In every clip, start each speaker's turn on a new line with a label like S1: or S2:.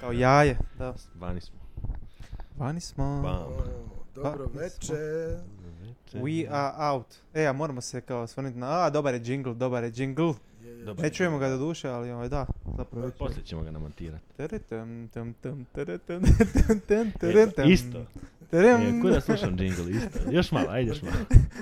S1: Kao jaje, da.
S2: Vani smo.
S1: Vani smo.
S3: Pa,
S2: Bam.
S3: Dobro
S1: Pa,
S3: večer.
S2: Znači,
S1: We are out. E, a moramo se kao osvrnuti na... A, dobar je jingle, dobar je jingle.
S3: Je, je.
S2: Dobar.
S1: Ne čujemo ga do duše, ali ovaj, da. Zapravo već
S2: Poslije ćemo ga namontirati.
S1: Tere, tem, tem, tem, tere, tem, tem,
S3: E,
S1: tem, tere, tem.
S2: Isto.
S1: Terem.
S2: E, Kuda slušam jingle, isto. Još malo, ajde još malo.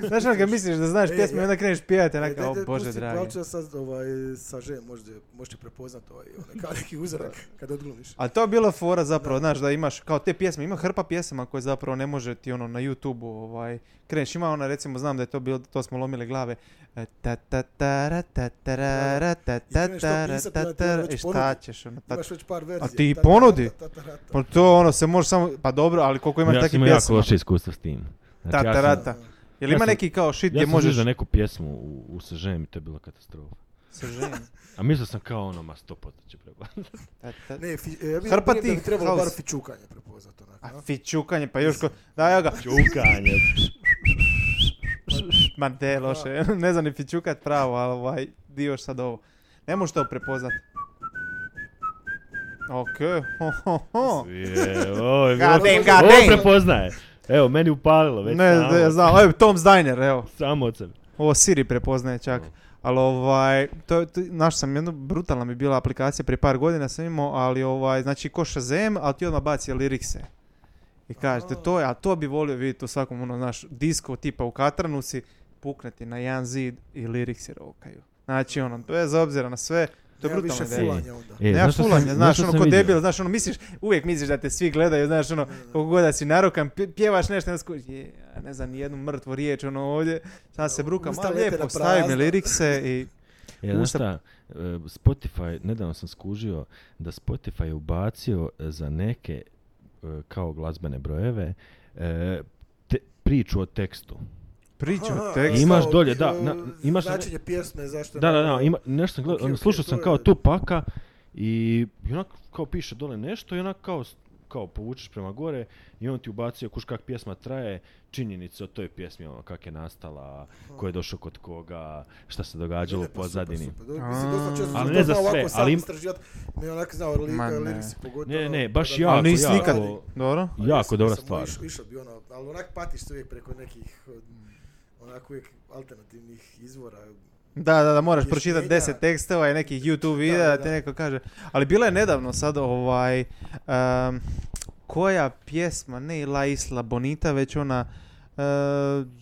S1: Znaš ono kad misliš da znaš
S3: E,
S1: pjesmu i
S3: ja-
S1: onda kreneš pijati,
S3: E,
S1: onaka,
S3: daj,
S1: o
S3: daj,
S1: bože
S3: pusti
S1: dragi.
S3: Klauča sad ovaj, saže, možda, možete prepoznat ovaj, onaj, kao neki uzorak kad odglumiš.
S1: A to je bila fora zapravo, znaš da imaš kao te pjesme, ima hrpa pjesama koje zapravo ne može ti ono na YouTube-u ovaj, kreneš, ima ona recimo, znam da je to bilo, to smo lomili glave, e, ta ta ta ra ta ta ra ra ta
S3: I
S1: ta
S3: kreneš to
S1: ta ra
S3: pisat,
S1: ta
S3: onda ti
S1: ta
S3: ono
S1: ra,
S3: već
S1: i šta
S3: ponudi.
S1: ćeš ono, ta
S3: Imaš već par verzija.
S1: ti i
S3: Ta, ta, ta,
S1: ponudi?
S3: ta, ta, ta, ta.
S1: pa to ono se može samo, pa dobro, ali koliko imaš
S2: ja
S1: takih
S2: sam jako
S1: pjesama.
S2: loše iskustvo s tim. Znači,
S1: Ta ta ra
S2: ja sam,
S1: ta. Jel
S2: ja
S1: ima
S2: sam-
S1: neki kao shit
S2: ja
S1: gdje
S2: sam možeš...
S1: možeš...
S2: za neku pjesmu u, u SŽM i to je bila katastrofa.
S1: Se ženi.
S2: A mislio sam kao ono, ma sto posto će prebaciti.
S1: Ta, ta-
S3: Ne, fi, e, ja bih
S1: Hrpa
S3: Hrpa ti
S1: tih
S3: bi trebalo
S1: house.
S3: bar fičukanje prepoznat onako.
S1: A
S3: a?
S1: fičukanje, pa još ko... Da, evo ga,
S2: Čukanje.
S1: ma te loše, ne znam ni fičukat pravo, ali ovaj, di još sad ovo. Ne možeš to prepoznat. Okej, ho, ho, ho.
S2: Je, ovo je bilo-
S1: God damn, god damn.
S2: Ovo prepoznaje. Evo, meni upalilo već
S1: Ne,
S2: samo,
S1: da, ja znam, evo, Tom's Diner, evo.
S2: samo od sebe.
S1: Ovo Siri prepoznaje čak. Ali ovaj, to, to, naš sam jednu, brutalna mi bila aplikacija, prije par godina sam imao, ali ovaj, znači ko Shazam, ali ti odmah baci lirikse. I kažete,
S3: Oh.
S1: to je, a to bi volio vidjeti u svakom, ono, naš disko tipa u Katranu si, pukne ti na jedan zid i liriksi rokaju. Znači, ono, bez obzira na sve, to je
S3: Nema više
S1: brutalna ideja.
S3: fulanja onda.
S2: E,
S1: Nema
S2: šta sam-
S1: fulanja, znaš,
S2: šta
S1: ono,
S2: sam
S1: ko
S2: vidio?
S1: debil, znaš, ono, misliš, uvijek misliš da te svi gledaju, znaš, ono, koliko god da si narokan, pje- pjevaš nešto, onda skužiš, je, ja ne znam, ni jednu mrtvu riječ, ono, ovdje, sad se bruka,
S3: Usta
S1: malo
S3: lete na
S1: lijepo, stavi mi
S3: prazno.
S1: lirikse i,
S2: E, znaš
S1: Usta-
S2: šta, e, Spotify, nedavno sam skužio da Spotify je ubacio e, za neke e, kao glazbene brojeve e, te- priču o tekstu.
S1: priču
S3: Aha,
S1: o tekstu.
S2: Imaš
S3: kao,
S2: dolje, da,
S3: e,
S2: na- imaš-
S3: Značenje pjesme, zašto...
S2: Da,
S3: ne-
S2: da, da, ima, nešto sam gledao,
S3: Okej,
S2: ono,
S3: okej,
S2: slušao
S3: to
S2: sam
S3: je-
S2: kao Tupaka i onak kao piše dole nešto i onak kao s- kao povučeš prema gore i on ti ubacio kuš kak pjesma traje, činjenice o toj pjesmi, ono kak je nastala, ko je došao kod koga, šta se događalo u
S3: Lijepo, pa super,
S2: pozadini.
S3: super, dobro, mislim, dosta često sam
S2: Ali
S3: to
S2: ne za sve,
S3: znao ovako sam
S2: ali im-
S3: istraživat, ne onak znao
S1: Ma ne.
S3: li- liriksi pogotovo.
S2: Ne, ne, baš
S3: da, da,
S2: jako,
S1: Ali nisi
S2: jako,
S1: nikad, dobro?
S3: Ali
S2: jako
S3: jesam,
S2: dobra
S3: jesam,
S2: stvar.
S3: iš- išao bi ono, ali onak patiš se uvijek preko nekih od- onako uvijek alternativnih izvora.
S1: Da, da, da, moraš
S3: Rješenja.
S1: pročitati 10 tekstova i nekih YouTube videa da,
S3: da,
S1: ti
S3: da.
S1: neko kaže. Ali bila je nedavno sad ovaj, em, koja pjesma, ne La Isla Bonita, već ona e,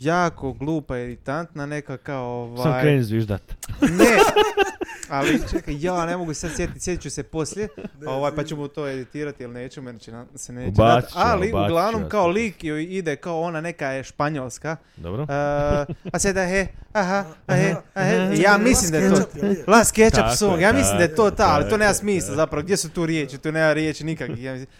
S1: jako glupa, iritantna, neka kao
S2: Sam
S1: ovaj...
S2: kreni zviždat.
S1: Ne, ali čekaj, ja ne mogu se sad sjetiti, sjetit ću se poslije,
S3: Ne,
S1: ovaj, pa
S3: vidim.
S1: ćemo to editirati jer nećemo, jer će nam se neće
S2: Ubacit
S1: dati.
S2: ćemo,
S1: Ali
S2: ubacit ću
S1: uglavnom
S2: ja
S1: kao
S2: to.
S1: lik joj ide kao ona neka je španjolska.
S2: Dobro?
S1: E, a sada he, aha, a he, a he.
S2: Aha.
S1: Ja mislim da je to Las Ketchup
S2: Tako
S1: song,
S2: je,
S1: ja mislim da je to ta, ali to
S2: tako
S1: nema
S2: je,
S1: smisla
S2: tako
S1: zapravo, gdje su tu riječi, tu nema riječi nikakvih. Ja mislim-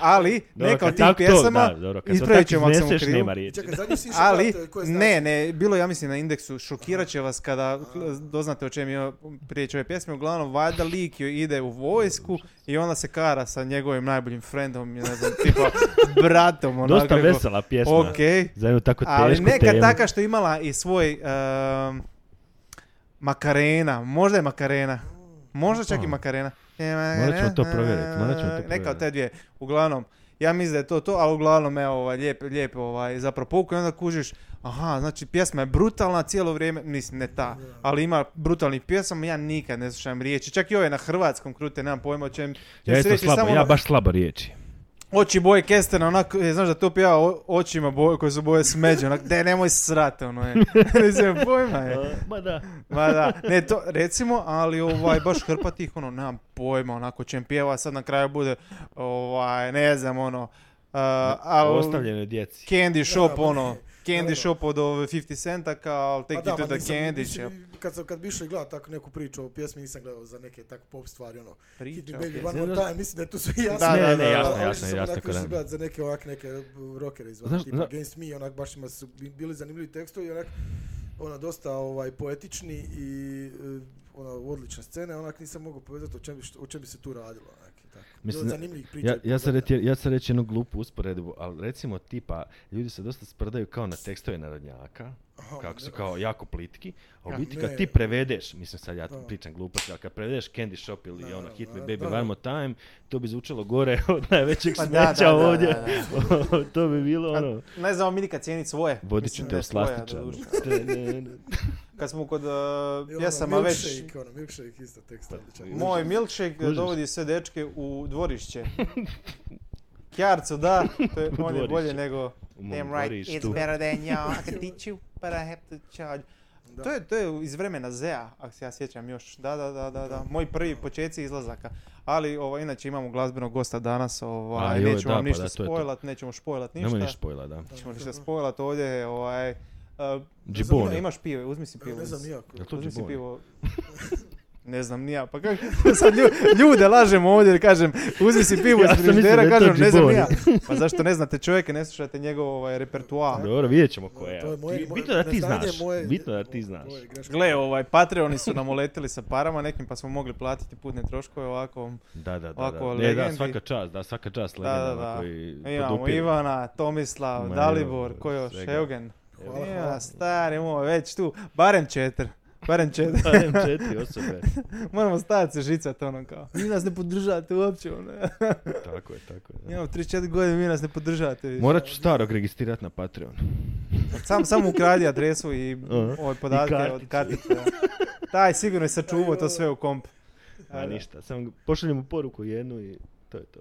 S1: Ali,
S2: Dobro,
S1: neka
S2: kad
S1: od tih
S2: tak to-
S1: pjesama,
S2: da, dobro, kad to
S1: ispravit
S2: tak
S1: ćemo ako sam u
S2: izneseš,
S1: krivu.
S2: nema riječi.
S3: Čekaj, zadnji si išao
S1: Ali,
S3: gledati, koje znači?
S1: ne, ne, bilo je, ja mislim na indeksu, šokirat će vas kada doznate o čem je priječ ove pjesme, uglavnom valjda lik joj ide u vojsku i onda se kara sa njegovim najboljim friendom, ne znam, tipa bratom, onako.
S2: Dosta
S1: rekao,
S2: vesela pjesma.
S1: Okej.
S2: Za jednu tako tešku
S1: Ali neka
S2: temu.
S1: taka što je imala i svoj em, Makarena, možda je Makarena. Možda čak i
S2: Aha.
S1: Makarena.
S2: Morat ćemo to provjeriti, morat ćemo to
S1: Neka od
S2: provjeriti.
S1: te dvije. Uglavnom, ja mislim da je to to, ali uglavnom evo ovaj, lijep, lijep ovaj, zapravo pouku i onda kužiš, aha, znači pjesma je brutalna cijelo vrijeme, mislim ne ta, ali ima brutalnih pjesama, ja nikad ne slušam riječi, čak i ove na hrvatskom krute, nemam pojma o čem,
S2: Ja
S1: će se
S2: isto
S1: reći
S2: slabo,
S1: samo
S2: ja
S1: ono-
S2: baš slabo riječi.
S1: oči boje kestena, onako, e, znaš da to pjeva o- očima boje, koje su boje smeđe, onako, de, nemoj srati, ono je. Mislim, pojma je.
S2: Ma da.
S1: Ma da, ne to, recimo, ali ovaj, baš hrpa tih, ono, nemam pojma, onako, čem pjeva, sad na kraju bude, ovaj, ne znam, ono, uh, al-
S2: Ostavljenoj djeci.
S1: candy shop,
S3: Da, pa
S1: ono,
S3: ne.
S1: candy
S3: Naravno.
S1: shop od ove 50 centa, kao,
S3: Pa
S1: take
S3: da,
S1: it to
S3: pa
S1: the
S3: nisam-
S1: candy
S3: nisam-
S1: shop.
S3: Kad, sam, kad bi išao i gledao tako neku priču o pjesmi, nisam gledao za neke tako pop stvari, ono,
S1: Priča
S3: Hit me
S1: o
S3: baby
S1: pjesmi.
S3: one more time, mislim da je tu sve jasno.
S1: Da, Ne, da, ne, da,
S2: jasno,
S3: Ali
S2: jasno,
S3: sam
S2: jasno,
S3: onak
S2: ko
S3: više
S2: dan.
S3: gledat za neke ovak neke uh, rockere izvan,
S2: Znaš-
S3: tipa
S2: zna-
S3: Against Me, onak baš ima su bi- bili zanimljivi tekstovi, onak, ono, dosta ovaj, poetični e, i uh, ono, odlične scene, onak nisam mogao povezati o čem, bi- što- o čem bi se tu radilo, onak. tako.
S2: Mislim,
S3: Bilo
S2: da-
S3: zanimljivih priča.
S2: Ja,
S3: i
S2: ja, sam
S3: pogleda.
S2: reći, ja sam reći jednu glupu usporedbu, ali recimo tipa, ljudi se dosta sprdaju kao na tekstove narodnjaka,
S3: Aha,
S2: kako su
S3: Pa ono, ne. Ah,
S2: kao jako plitki, a u
S1: Ja,
S2: biti kad
S3: ne.
S2: ti prevedeš, mislim sad ja
S3: Da.
S2: pričam gluposti, ali kad prevedeš Candy Shop ili
S3: Da,
S2: ono
S3: da,
S2: Hit Me
S3: da,
S2: Baby
S3: da, da.
S2: One More Time, to bi zvučalo gore od najvećeg
S1: Pa da,
S2: smeća
S1: da, da,
S2: ovdje.
S1: da,
S2: to bi bilo ono...
S1: Ne znamo mi nikad cijeniti svoje.
S2: Vodit ću
S1: Mislim,
S2: te
S1: ne
S2: u
S1: svoje,
S2: slastičanu.
S1: doduše.
S2: Ne, ne, ne.
S1: Kad smo kod uh,
S3: I ono,
S1: pjesama već...
S3: Milkshake, ono, milkshake isto tekst. odličan.
S1: Moj milkshake
S2: Kužiš?
S1: dovodi sve dečke u dvorišće. Kjarcu, da, to je,
S2: U
S1: on je bolje
S2: dvorište.
S1: nego
S2: U mom
S1: Damn right,
S2: dvorištu.
S1: it's better than you. I can teach you, but I have to charge.
S3: Da.
S1: To je, to je iz vremena Zea, ako se ja sjećam još. Da, da, da, da, da. Moj prvi počeci izlazaka. Ali ovo, inače imamo glazbenog gosta danas, ovaj,
S2: A, joj,
S1: nećemo
S2: da,
S1: vam
S2: pa
S1: ništa
S2: da, to je to.
S1: spojlat, nećemo špojlat ništa.
S2: Nemoj ništa spojla, da.
S1: Nećemo ništa spojlat ovdje, ovaj... uh,
S2: Džibone.
S1: uzmi- Imaš pive, uzmi si pivo.
S3: Ne znam
S1: iz-
S3: nijako.
S2: Jel to
S1: Uzmi si
S2: džibone?
S1: pivo. Pa Ne znam, ni ja. Pa kako sad lju- ljude lažem ovdje jer kažem, uzmi si pivo
S2: Ja
S1: iz
S2: sam mislio
S1: frižidera,
S2: da je to
S1: kažem, ne znam ni ja.
S2: džibone.
S1: Pa zašto ne znate čovjeka, ne slušate njegov ovaj, repertuar.
S2: Dobro, vidjet ćemo ko je.
S3: To je moje-
S2: Ti-
S3: moje-
S2: Bitno da ti
S3: neznanje
S2: znaš.
S3: moje-
S2: Bitno da ti znaš.
S3: moje greške.
S1: Gle, ovaj, Patreoni su nam uletili sa parama nekim, pa smo mogli platiti putne troškove ovako.
S2: Da, da, da.
S1: Ovako,
S2: da. Ne, da,
S1: legendi.
S2: svaka čast, da, svaka čast
S1: Da, da,
S2: legendama
S1: da.
S2: koji
S1: Imamo
S2: podupiru.
S1: Ivana, Tomislav,
S2: Ma,
S1: Dalibor,
S2: evo,
S1: ko još,
S2: svega.
S1: Eugen.
S3: Hvala,
S1: Ja,
S3: hvala.
S1: stari moj, već tu, barem četiri. Barem četiri.
S2: Barem četiri osobe.
S1: Moramo stajati se žicat ono kao. Vi nas ne podržate uopće. Ono.
S2: Tako je, tako je. da.
S1: Imamo 3-4 godine, vi nas ne podržate. više.
S2: Morat ću starog registrirat na Patreon.
S1: Sam, samo ukradi adresu i
S2: Aha.
S1: ove podatke
S2: I
S1: od kartice. da. Taj sigurno je sačuvao to sve u komp.
S2: A ništa, samo pošaljem mu poruku jednu i to je to.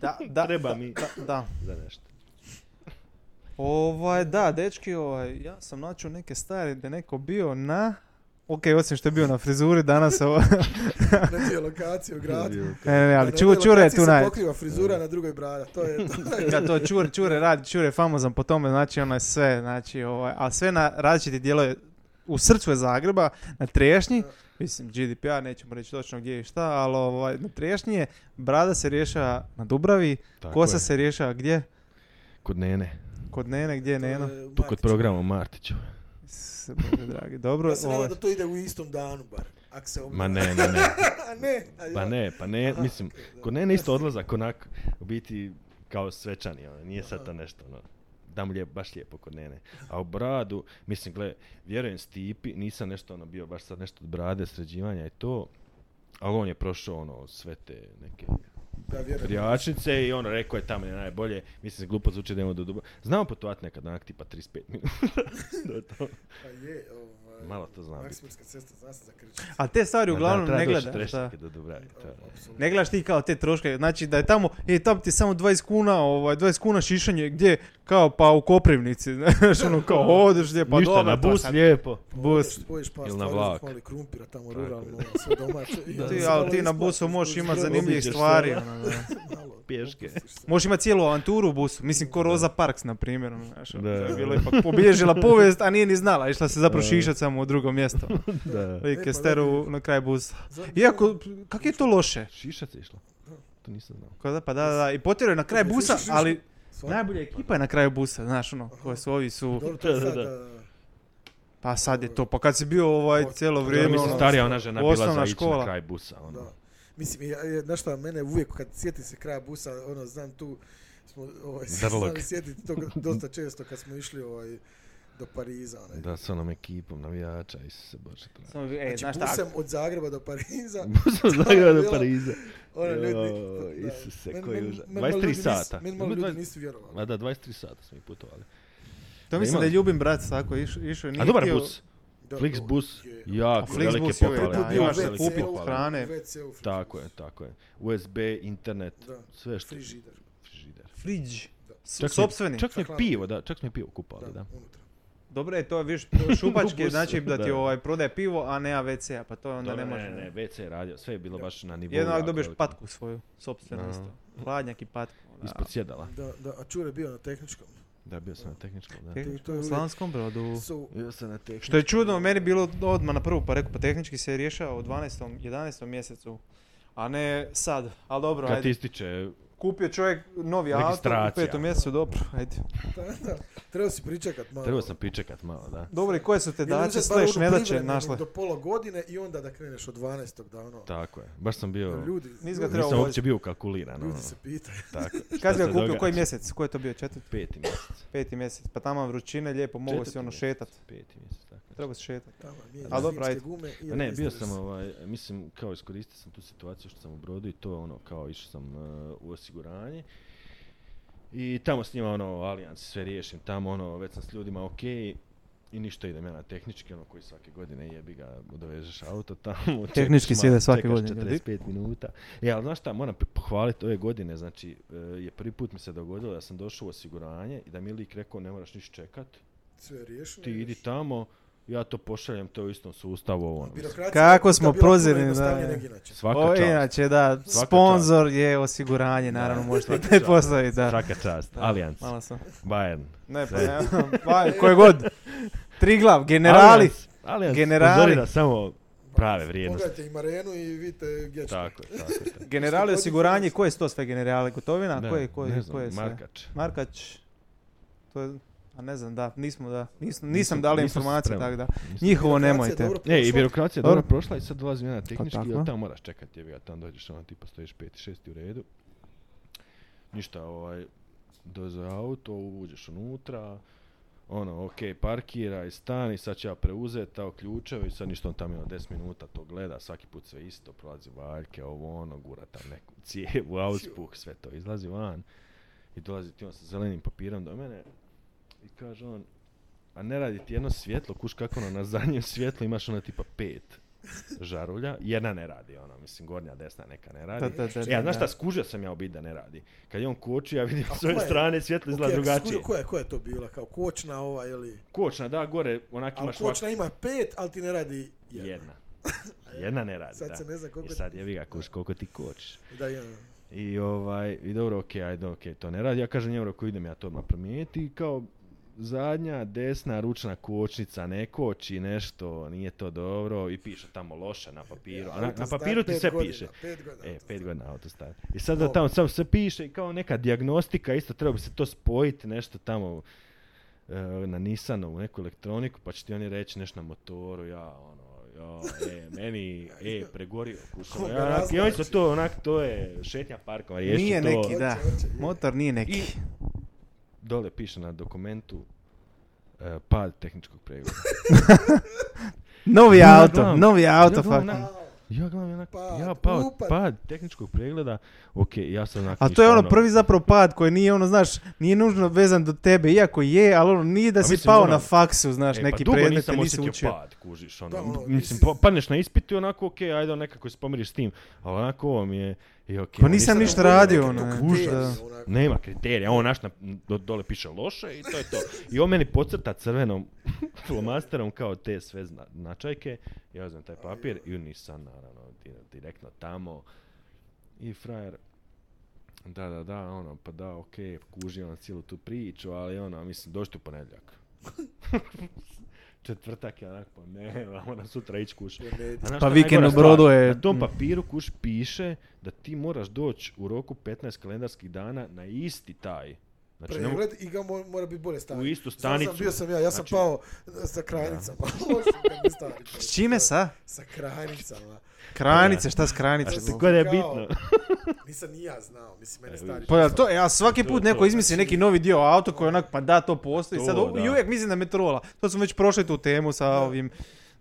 S1: Da, da,
S2: Treba
S1: da,
S2: mi.
S1: Da, da.
S2: Za nešto.
S1: Ovaj, da, dečki, ovaj, ja sam načuo neke stare da je neko bio na... Ok, osim što je bio na frizuri danas, ovo...
S3: Znači je lokacija u gradu.
S1: ne, ne, ne,
S3: Na
S1: ali
S3: jednoj
S1: ču, čure je
S3: lokaciji
S1: tu
S3: se
S1: naj...
S3: pokriva frizura, na drugoj brada. To je to.
S1: Da, to čure, čure radi, čure je famozan po tome, znači ono je sve, znači ovaj, a sve na različiti dijelove, u srcu je Zagreba, na Trešnji, mislim GDPR, nećemo reći točno gdje i šta, ali ovaj, na Trešnji je, brada se rješava na Dubravi,
S2: Tako
S1: kosa
S2: je.
S1: se rješava gdje?
S2: Kod Nene.
S1: Kod Nene, gdje je Nena?
S2: Tu kod programa Martiću.
S1: Isuse Bože dragi, dobro,
S3: Ja se nadam
S1: ovaj,
S3: da to ide u istom danu bar. Ak se
S2: Ma
S3: obnovi.
S2: ne, ma ne.
S3: A ne. a
S2: Pa
S3: ja.
S2: ne, pa ne,
S3: Aha,
S2: mislim,
S3: okej, dobro.
S2: kod Nene isto odlazak onak, u biti kao svečani, ono, nije sad to nešto, ono, da mu lijep, baš lijepo kod Nene. A u bradu, mislim, gle, vjerujem Stipi, nisam nešto, ono, bio baš sad nešto od brade, sređivanja i to, ali on je prošao, ono, sve te neke
S3: Da, vjerujem.
S2: Prijačnice i ono rekao je tamo je najbolje, mislim glupo zvuči da idemo do Duba. Znamo putovat nekad onak tipa 35 minuta. do to.
S3: Pa je, ovaj,
S2: Malo to zna biti.
S3: Maksimirska cesta, zna se zakrčiti.
S1: a te stvari uglavnom
S2: Da, treba
S1: ne
S2: doći
S1: gledaš, da.
S2: trešnjake do Dubrave, to je.
S3: Apsolutno.
S1: Ne gledaš ti kao te troške, znači da je tamo, e, tam ti je samo 20 kuna, ovaj, 20 kuna šišanje, gdje, kao pa u Koprivnici, znaš, ono kao odeš gdje, pa
S2: Ništa,
S1: dobro,
S2: na
S1: to
S2: bus
S1: sad-
S2: lijepo.
S1: Bus.
S3: Spojiš par
S2: Ili na
S3: stvari,
S2: vlak.
S3: malo i pa krumpira tamo
S2: Tako je.
S3: ruralno, ono, sve domaće. i onda
S1: Ti,
S3: se malo
S1: ali ti na
S3: isplati,
S1: busu možeš
S3: ispustiš
S1: imati
S3: grlo,
S1: zanimljivih
S2: obiđeš
S1: stvari.
S2: sela.
S1: ono, da.
S3: malo,
S2: Pješke.
S3: opustiš se.
S1: Možeš imati cijelu avanturu u busu. Mislim, ko Roza Parks, na primjer. ono, Znaš,
S2: Da,
S1: ono, to je
S2: da,
S1: bilo
S2: da.
S1: ipak obilježila povijest, a nije ni znala. Išla se zapravo
S2: Da.
S1: šišat samo u drugo mjesto.
S2: Da.
S1: Lik
S3: E, pa
S1: je steru
S3: da.
S1: na kraj busa.
S3: Za-
S1: Iako, kak je to loše?
S2: Šišac je išla. To nisam znao.
S1: Kao da, pa da, da, da. I potjeruje na kraj
S3: Ne,
S1: busa,
S3: šišaš,
S1: ali
S3: Svaki-
S1: najbolja ekipa je na kraju busa, znaš, ono, koje su ovi su...
S3: Dobro, to je
S2: Da, da,
S3: sad,
S2: da.
S3: a,
S1: Pa sad je to, pa kad si bio ovaj
S3: Ovo-
S1: cijelo
S3: Ja
S1: vrijeme,
S2: ja, mislim,
S1: ono,
S2: starija ona žena bila
S1: osnovna
S2: za ići
S1: škola.
S2: na kraj busa. Ono.
S3: Da. Mislim, ja, ja, znaš šta, mene uvijek kad sjetim se kraja busa, ono, znam tu, smo, ovaj, se
S2: Drlog.
S3: znali sjetiti to dosta često kad smo išli ovaj, do Pariza. Onaj.
S2: Da, s onom ekipom navijača, i se bože.
S1: Samo vi- e, znaš
S3: Znači,
S1: šta,
S3: busem od Zagreba do Pariza.
S2: Busom Zagreba do
S3: bilo-
S2: Pariza.
S3: Ono, ljudi,
S2: Joj,
S3: da.
S2: Isuse,
S3: Meni-
S2: koji
S3: meni-
S2: užas.
S3: meni malo
S2: 23
S3: ljudi nisu-
S2: sata.
S3: Meni malo
S2: Ima
S3: ljudi
S2: 20
S3: nisu vjerovali.
S2: Ma da, 23 sata smo i putovali.
S1: to mislim da je
S2: Imali.
S1: Ljubim brat tako išao. išao nije
S2: A dobar
S1: htio-
S2: bus.
S3: Da,
S2: Flix
S3: dobro, ovaj,
S2: bus,
S3: je. ovaj,
S1: A
S2: jako
S1: Flixbus
S2: velike
S1: je,
S2: pohvale.
S1: da,
S2: jako
S1: imaš
S2: velike
S1: kupit
S2: pohvale.
S1: hranu.
S3: U
S1: hrane.
S3: WC-u Flix
S2: Tako
S3: bus.
S2: je, tako je. USB, internet,
S3: Da.
S2: sve što...
S3: Frižider.
S2: Frižider.
S1: Fridž.
S3: Da.
S1: S-
S2: Čak,
S1: Sopstveni.
S2: mi, čak mi je
S3: Sa hladnim.
S2: pivo, da, čak mi je pivo kupali, da.
S3: unutra.
S1: Dobro je to, viš, šupački,
S2: Lupus.
S1: znači da ti
S2: Da.
S1: ovaj, prodaje pivo, a ne WC-a, pa to onda
S2: Dobro,
S1: ne može.
S2: ne, ne, WC je radio, sve je bilo baš na nivou.
S1: Jedno
S2: jako
S1: ako dobiješ
S2: veliko.
S1: patku svoju, sopstvenu
S2: Aha.
S1: isto. Hladnjak i patku. ono, da.
S2: Ispod sjedala.
S3: Da, da, a Čure je bio na tehničkom.
S2: Da, bio sam na tehničkom, da.
S1: Tehnički,
S3: to je
S1: U
S3: uvijek-
S1: Slavonskom brodu.
S3: Su,
S2: Bio sam na tehničkom.
S1: Što je čudno, meni bilo odmah na prvu, pa rekao, pa tehnički se rješava u 12. 11. mjesecu, a ne sad, ali dobro,
S2: Kad ti
S1: ajde.
S2: ističe
S1: Kupio čovjek novi auto u
S2: Registracija.
S1: petom mjesecu, dobro, ajde.
S3: Trebao si pričekat malo.
S2: Trebao sam pričekat malo, da.
S1: Dobro, i koje su te
S3: Ili
S1: daće,
S3: uzet
S1: slash,
S3: bar onu
S1: nedaće
S3: privremenu
S1: našle?
S3: Do pola godine i onda da kreneš od 12. da ono...
S2: Tako je. Baš sam bio...
S3: Ljudi,
S1: Nis ga
S3: ljudi-
S1: trebao
S2: Nisam
S1: voziti.
S2: uopće bio kalkuliran. ono.
S3: ljudi se pitaju.
S2: Tako.
S1: Kad si ga
S2: se
S1: kupio,
S2: događa?
S1: koji mjesec? Koji je to bio? Četvrti?
S2: Peti mjesec.
S1: Peti mjesec. Pa tamo vrućine, lijepo, mogo si
S2: Četvrti
S1: ono
S2: mjesec.
S1: šetat.
S2: Peti mjesec, tako.
S1: Trebao si šetat.
S3: Tamo,
S1: A dobro, ajde.
S3: gume i
S2: Ma Ne, bio
S3: registriraj
S2: sam,
S3: se.
S2: ovaj, mislim, kao iskoristio sam tu situaciju što sam u Brodu i to ono, kao išao sam eh, u osiguranje. I tamo s njima, ono, Allianz, sve riješim tamo, ono, već sam s ljudima okej. I ništa idem ja na tehnički, ono, koji svake godine jebi ga, dovežeš auto tamo.
S1: Tehnički
S2: čekaš
S1: se ide
S2: malo,
S1: svake
S2: čekaš
S1: godine, ljudi.
S2: 45 minuta. E, ali znaš šta, moram p- pohvaliti ove godine, znači, eh, je prvi put mi se dogodilo da sam došao u osiguranje i da mi je lik rekao ne moraš ništa čekat,
S3: Sve riješeno.
S2: ti
S3: još.
S2: idi tamo, ja to pošaljem, to je u istom sustavu, ovo, ono, mislim.
S3: Birokracija
S1: Kako
S3: je
S1: smo
S3: bila puno
S1: prozirni, da,
S3: jednostavnije
S1: je.
S3: nego inače.
S2: Svaka
S1: O,
S2: čast.
S1: inače, da,
S2: Svaka
S1: sponzor je osiguranje, naravno,
S2: Da,
S1: možete
S2: svaka čast.
S1: pretpostaviti, da.
S2: Svaka čast.
S1: Da,
S2: Allianz,
S1: Malo sam.
S2: Bayern.
S1: Ne, pa
S2: Sve.
S1: ne, pa, koje god. Triglav, generali.
S2: Allianz, Allianz
S1: generali.
S2: sponzorira samo prave vrijednosti.
S3: Pogledajte im arenu i vidite gdje ćete.
S2: Tako je, tako je. tako je.
S1: Generali
S3: Isto
S1: osiguranje,
S3: godinu.
S1: koje su to sve generale? Gotovina?
S2: Da,
S1: koje, koje,
S2: ne znam,
S1: koje sve?
S2: Markač.
S1: Markač. To je, a ne znam, da, nismo da, nis, nisam
S2: Nisam-
S1: dali
S2: nisam
S1: informacije, tako
S2: spreman.
S1: da.
S2: Nisam-
S1: Njihovo
S3: Birokracija
S1: nemojte.
S3: dobro
S2: Ne, E, i
S3: prošla.
S2: birokracija je
S1: Dobro.
S2: dobro Pa prošla i sad dolazi jedna tehnički,
S1: tako.
S2: jer tamo moraš čekati, jebi ga, tamo dođeš, ono, tipa stojiš 5 6 u redu. Ništa, ovaj, doze auto, uđeš unutra, ono, ok, parkiraj, stani, sad ću ja preuzeti, tao ključeve i sad ništa, on tamo ima 10 minuta, to gleda, svaki put sve isto, prolazi valjke, ovo, ono, gura tam neku cijevu, auspuh, sve to, izlazi van i dolazi ti on sa zelenim papirom do mene i kaže on, a ne radi ti jedno svjetlo, kuš kako ono, na zadnjem svjetlu imaš ono tipa pet žarulja, jedna ne radi, ono, mislim, gornja desna neka ne radi.
S1: Da, da, da,
S2: E, a
S1: da,
S2: znaš
S1: da.
S2: šta, skužio sam ja obit da ne radi. Kad je on kočio, ja vidim
S3: A
S2: s ove
S3: koja je?
S2: strane svjetlo izgleda
S3: Ok,
S2: drugačije.
S3: skužio, Koja, je- koja je to bila? Kao kočna ova ili...
S2: Kočna, da, gore, onak
S3: Ali
S2: imaš ovak-
S3: kočna ima pet, ali ti ne radi jedna.
S2: jedna. Jedna ne radi,
S3: Sad
S2: da.
S3: se ne zna
S2: I
S3: koliko...
S2: sad jebi ga, kuš, koliko ti kočiš.
S3: Da, jedna.
S2: I ovaj, i dobro, okej, ajde, okej, to ne radi. Ja kažem njemu, ako idem ja to odmah promijeniti, i kao zadnja desna ručna kočnica ne koči nešto, nije to dobro i piše tamo loše na papiru. A na, na papiru ti sve piše.
S3: Pet godina.
S2: E,
S3: to
S2: pet
S3: znam.
S2: godina auto stari. I sad da
S3: Dobro.
S2: tamo sam se piše i kao neka dijagnostika, isto treba bi se to spojiti nešto tamo e, na Nissanovu, neku elektroniku, pa će ti oni reći nešto na motoru, ja ono, ja, e, meni, e, pregorio, kušao,
S3: Ko me
S2: ja, onak, i oni su
S3: razvlači.
S2: to, onak, to je šetnja parkom, riješi
S1: Nije
S2: Pa to.
S1: neki,
S3: Hoće,
S1: da.
S3: hoće, je.
S1: Motor nije neki.
S2: I dole piše na dokumentu e, pad tehničkog pregleda.
S1: Novi
S2: Ja
S1: auto,
S2: gledam,
S1: novi
S2: ja
S1: auto,
S2: gledam
S1: fuck.
S2: na-
S3: Au,
S2: Ja gledam, onak,
S3: Pad,
S2: ja pao,
S3: upad.
S2: pad tehničkog pregleda, okej, ja sam onak
S1: A to
S2: ništa,
S1: je ono prvi zapravo pad koji nije ono, znaš, nije nužno vezan do tebe, iako je, ali ono nije da
S2: A
S1: si
S2: mislim,
S1: pao
S2: ono-
S1: na faksu, znaš,
S2: E,
S1: neki
S2: pa dugo
S1: predmet te
S2: nisam
S1: nisi
S2: osjetio
S1: učio.
S2: pad, kužiš, ono,
S3: Da, ono,
S2: m- mislim,
S3: nisi-
S2: pa- padneš na ispitu i onako, okej, ajde, on nekako se pomiriš s tim, ali onako ovo mi je, i okej.
S1: Pa
S2: ono,
S1: nisam
S3: Sad
S1: ništa
S3: ono,
S1: radio,
S3: neki
S1: ono,
S3: tuk
S1: je.
S3: tijel,
S1: Kuš,
S3: onako.
S2: Nema kriterija, on naš na, do- dole piše loše i to je to. I on meni pocrta crvenom flomasterom kao te sve zna, značajke, ja uzmem taj papir i u nisam, naravno, di- direktno tamo. I frajer, da, da, da, ono, pa da, okej, kuži on cijelu tu priču, ali ono, mislim, dođite u ponedjeljak. Četvrtak je onako, pa ne, ono, sutra ići kuš.
S3: Je medij.
S2: A znaš
S1: Pa
S2: šta je
S1: vikend
S2: najgora
S1: u Brodu
S2: stvar?
S1: je-
S2: Na tom
S1: Mm.
S2: papiru kuš piše da ti moraš doći u roku 15 kalendarskih dana na isti taj. Znači, ne mogu-
S3: Pregled i ga mo- mora biti bolje stari.
S2: U istu
S3: Znam, znam,
S2: stanicu.
S3: bio sam ja, ja sam
S2: Znači-
S3: pao sa krajnicama. Loše kad mi stari pregled.
S1: S čime sa?
S3: Sa krajnicama.
S1: Kranice, šta s
S2: A
S1: kranicom?
S2: što ti
S1: ono?
S2: god je
S3: Kao-
S2: bitno.
S3: Nisam ni ja znao, mislim,
S2: E,
S3: mene stari.
S1: Pa jel to, ja svaki
S2: To,
S1: put
S2: to,
S1: neko izmisli
S3: znači-
S1: neki novi dio auto koji onak, pa da, to postoji,
S2: To,
S1: sad u- i
S2: da.
S1: uvijek mislim na metrola. To smo već prošli tu temu sa ovim,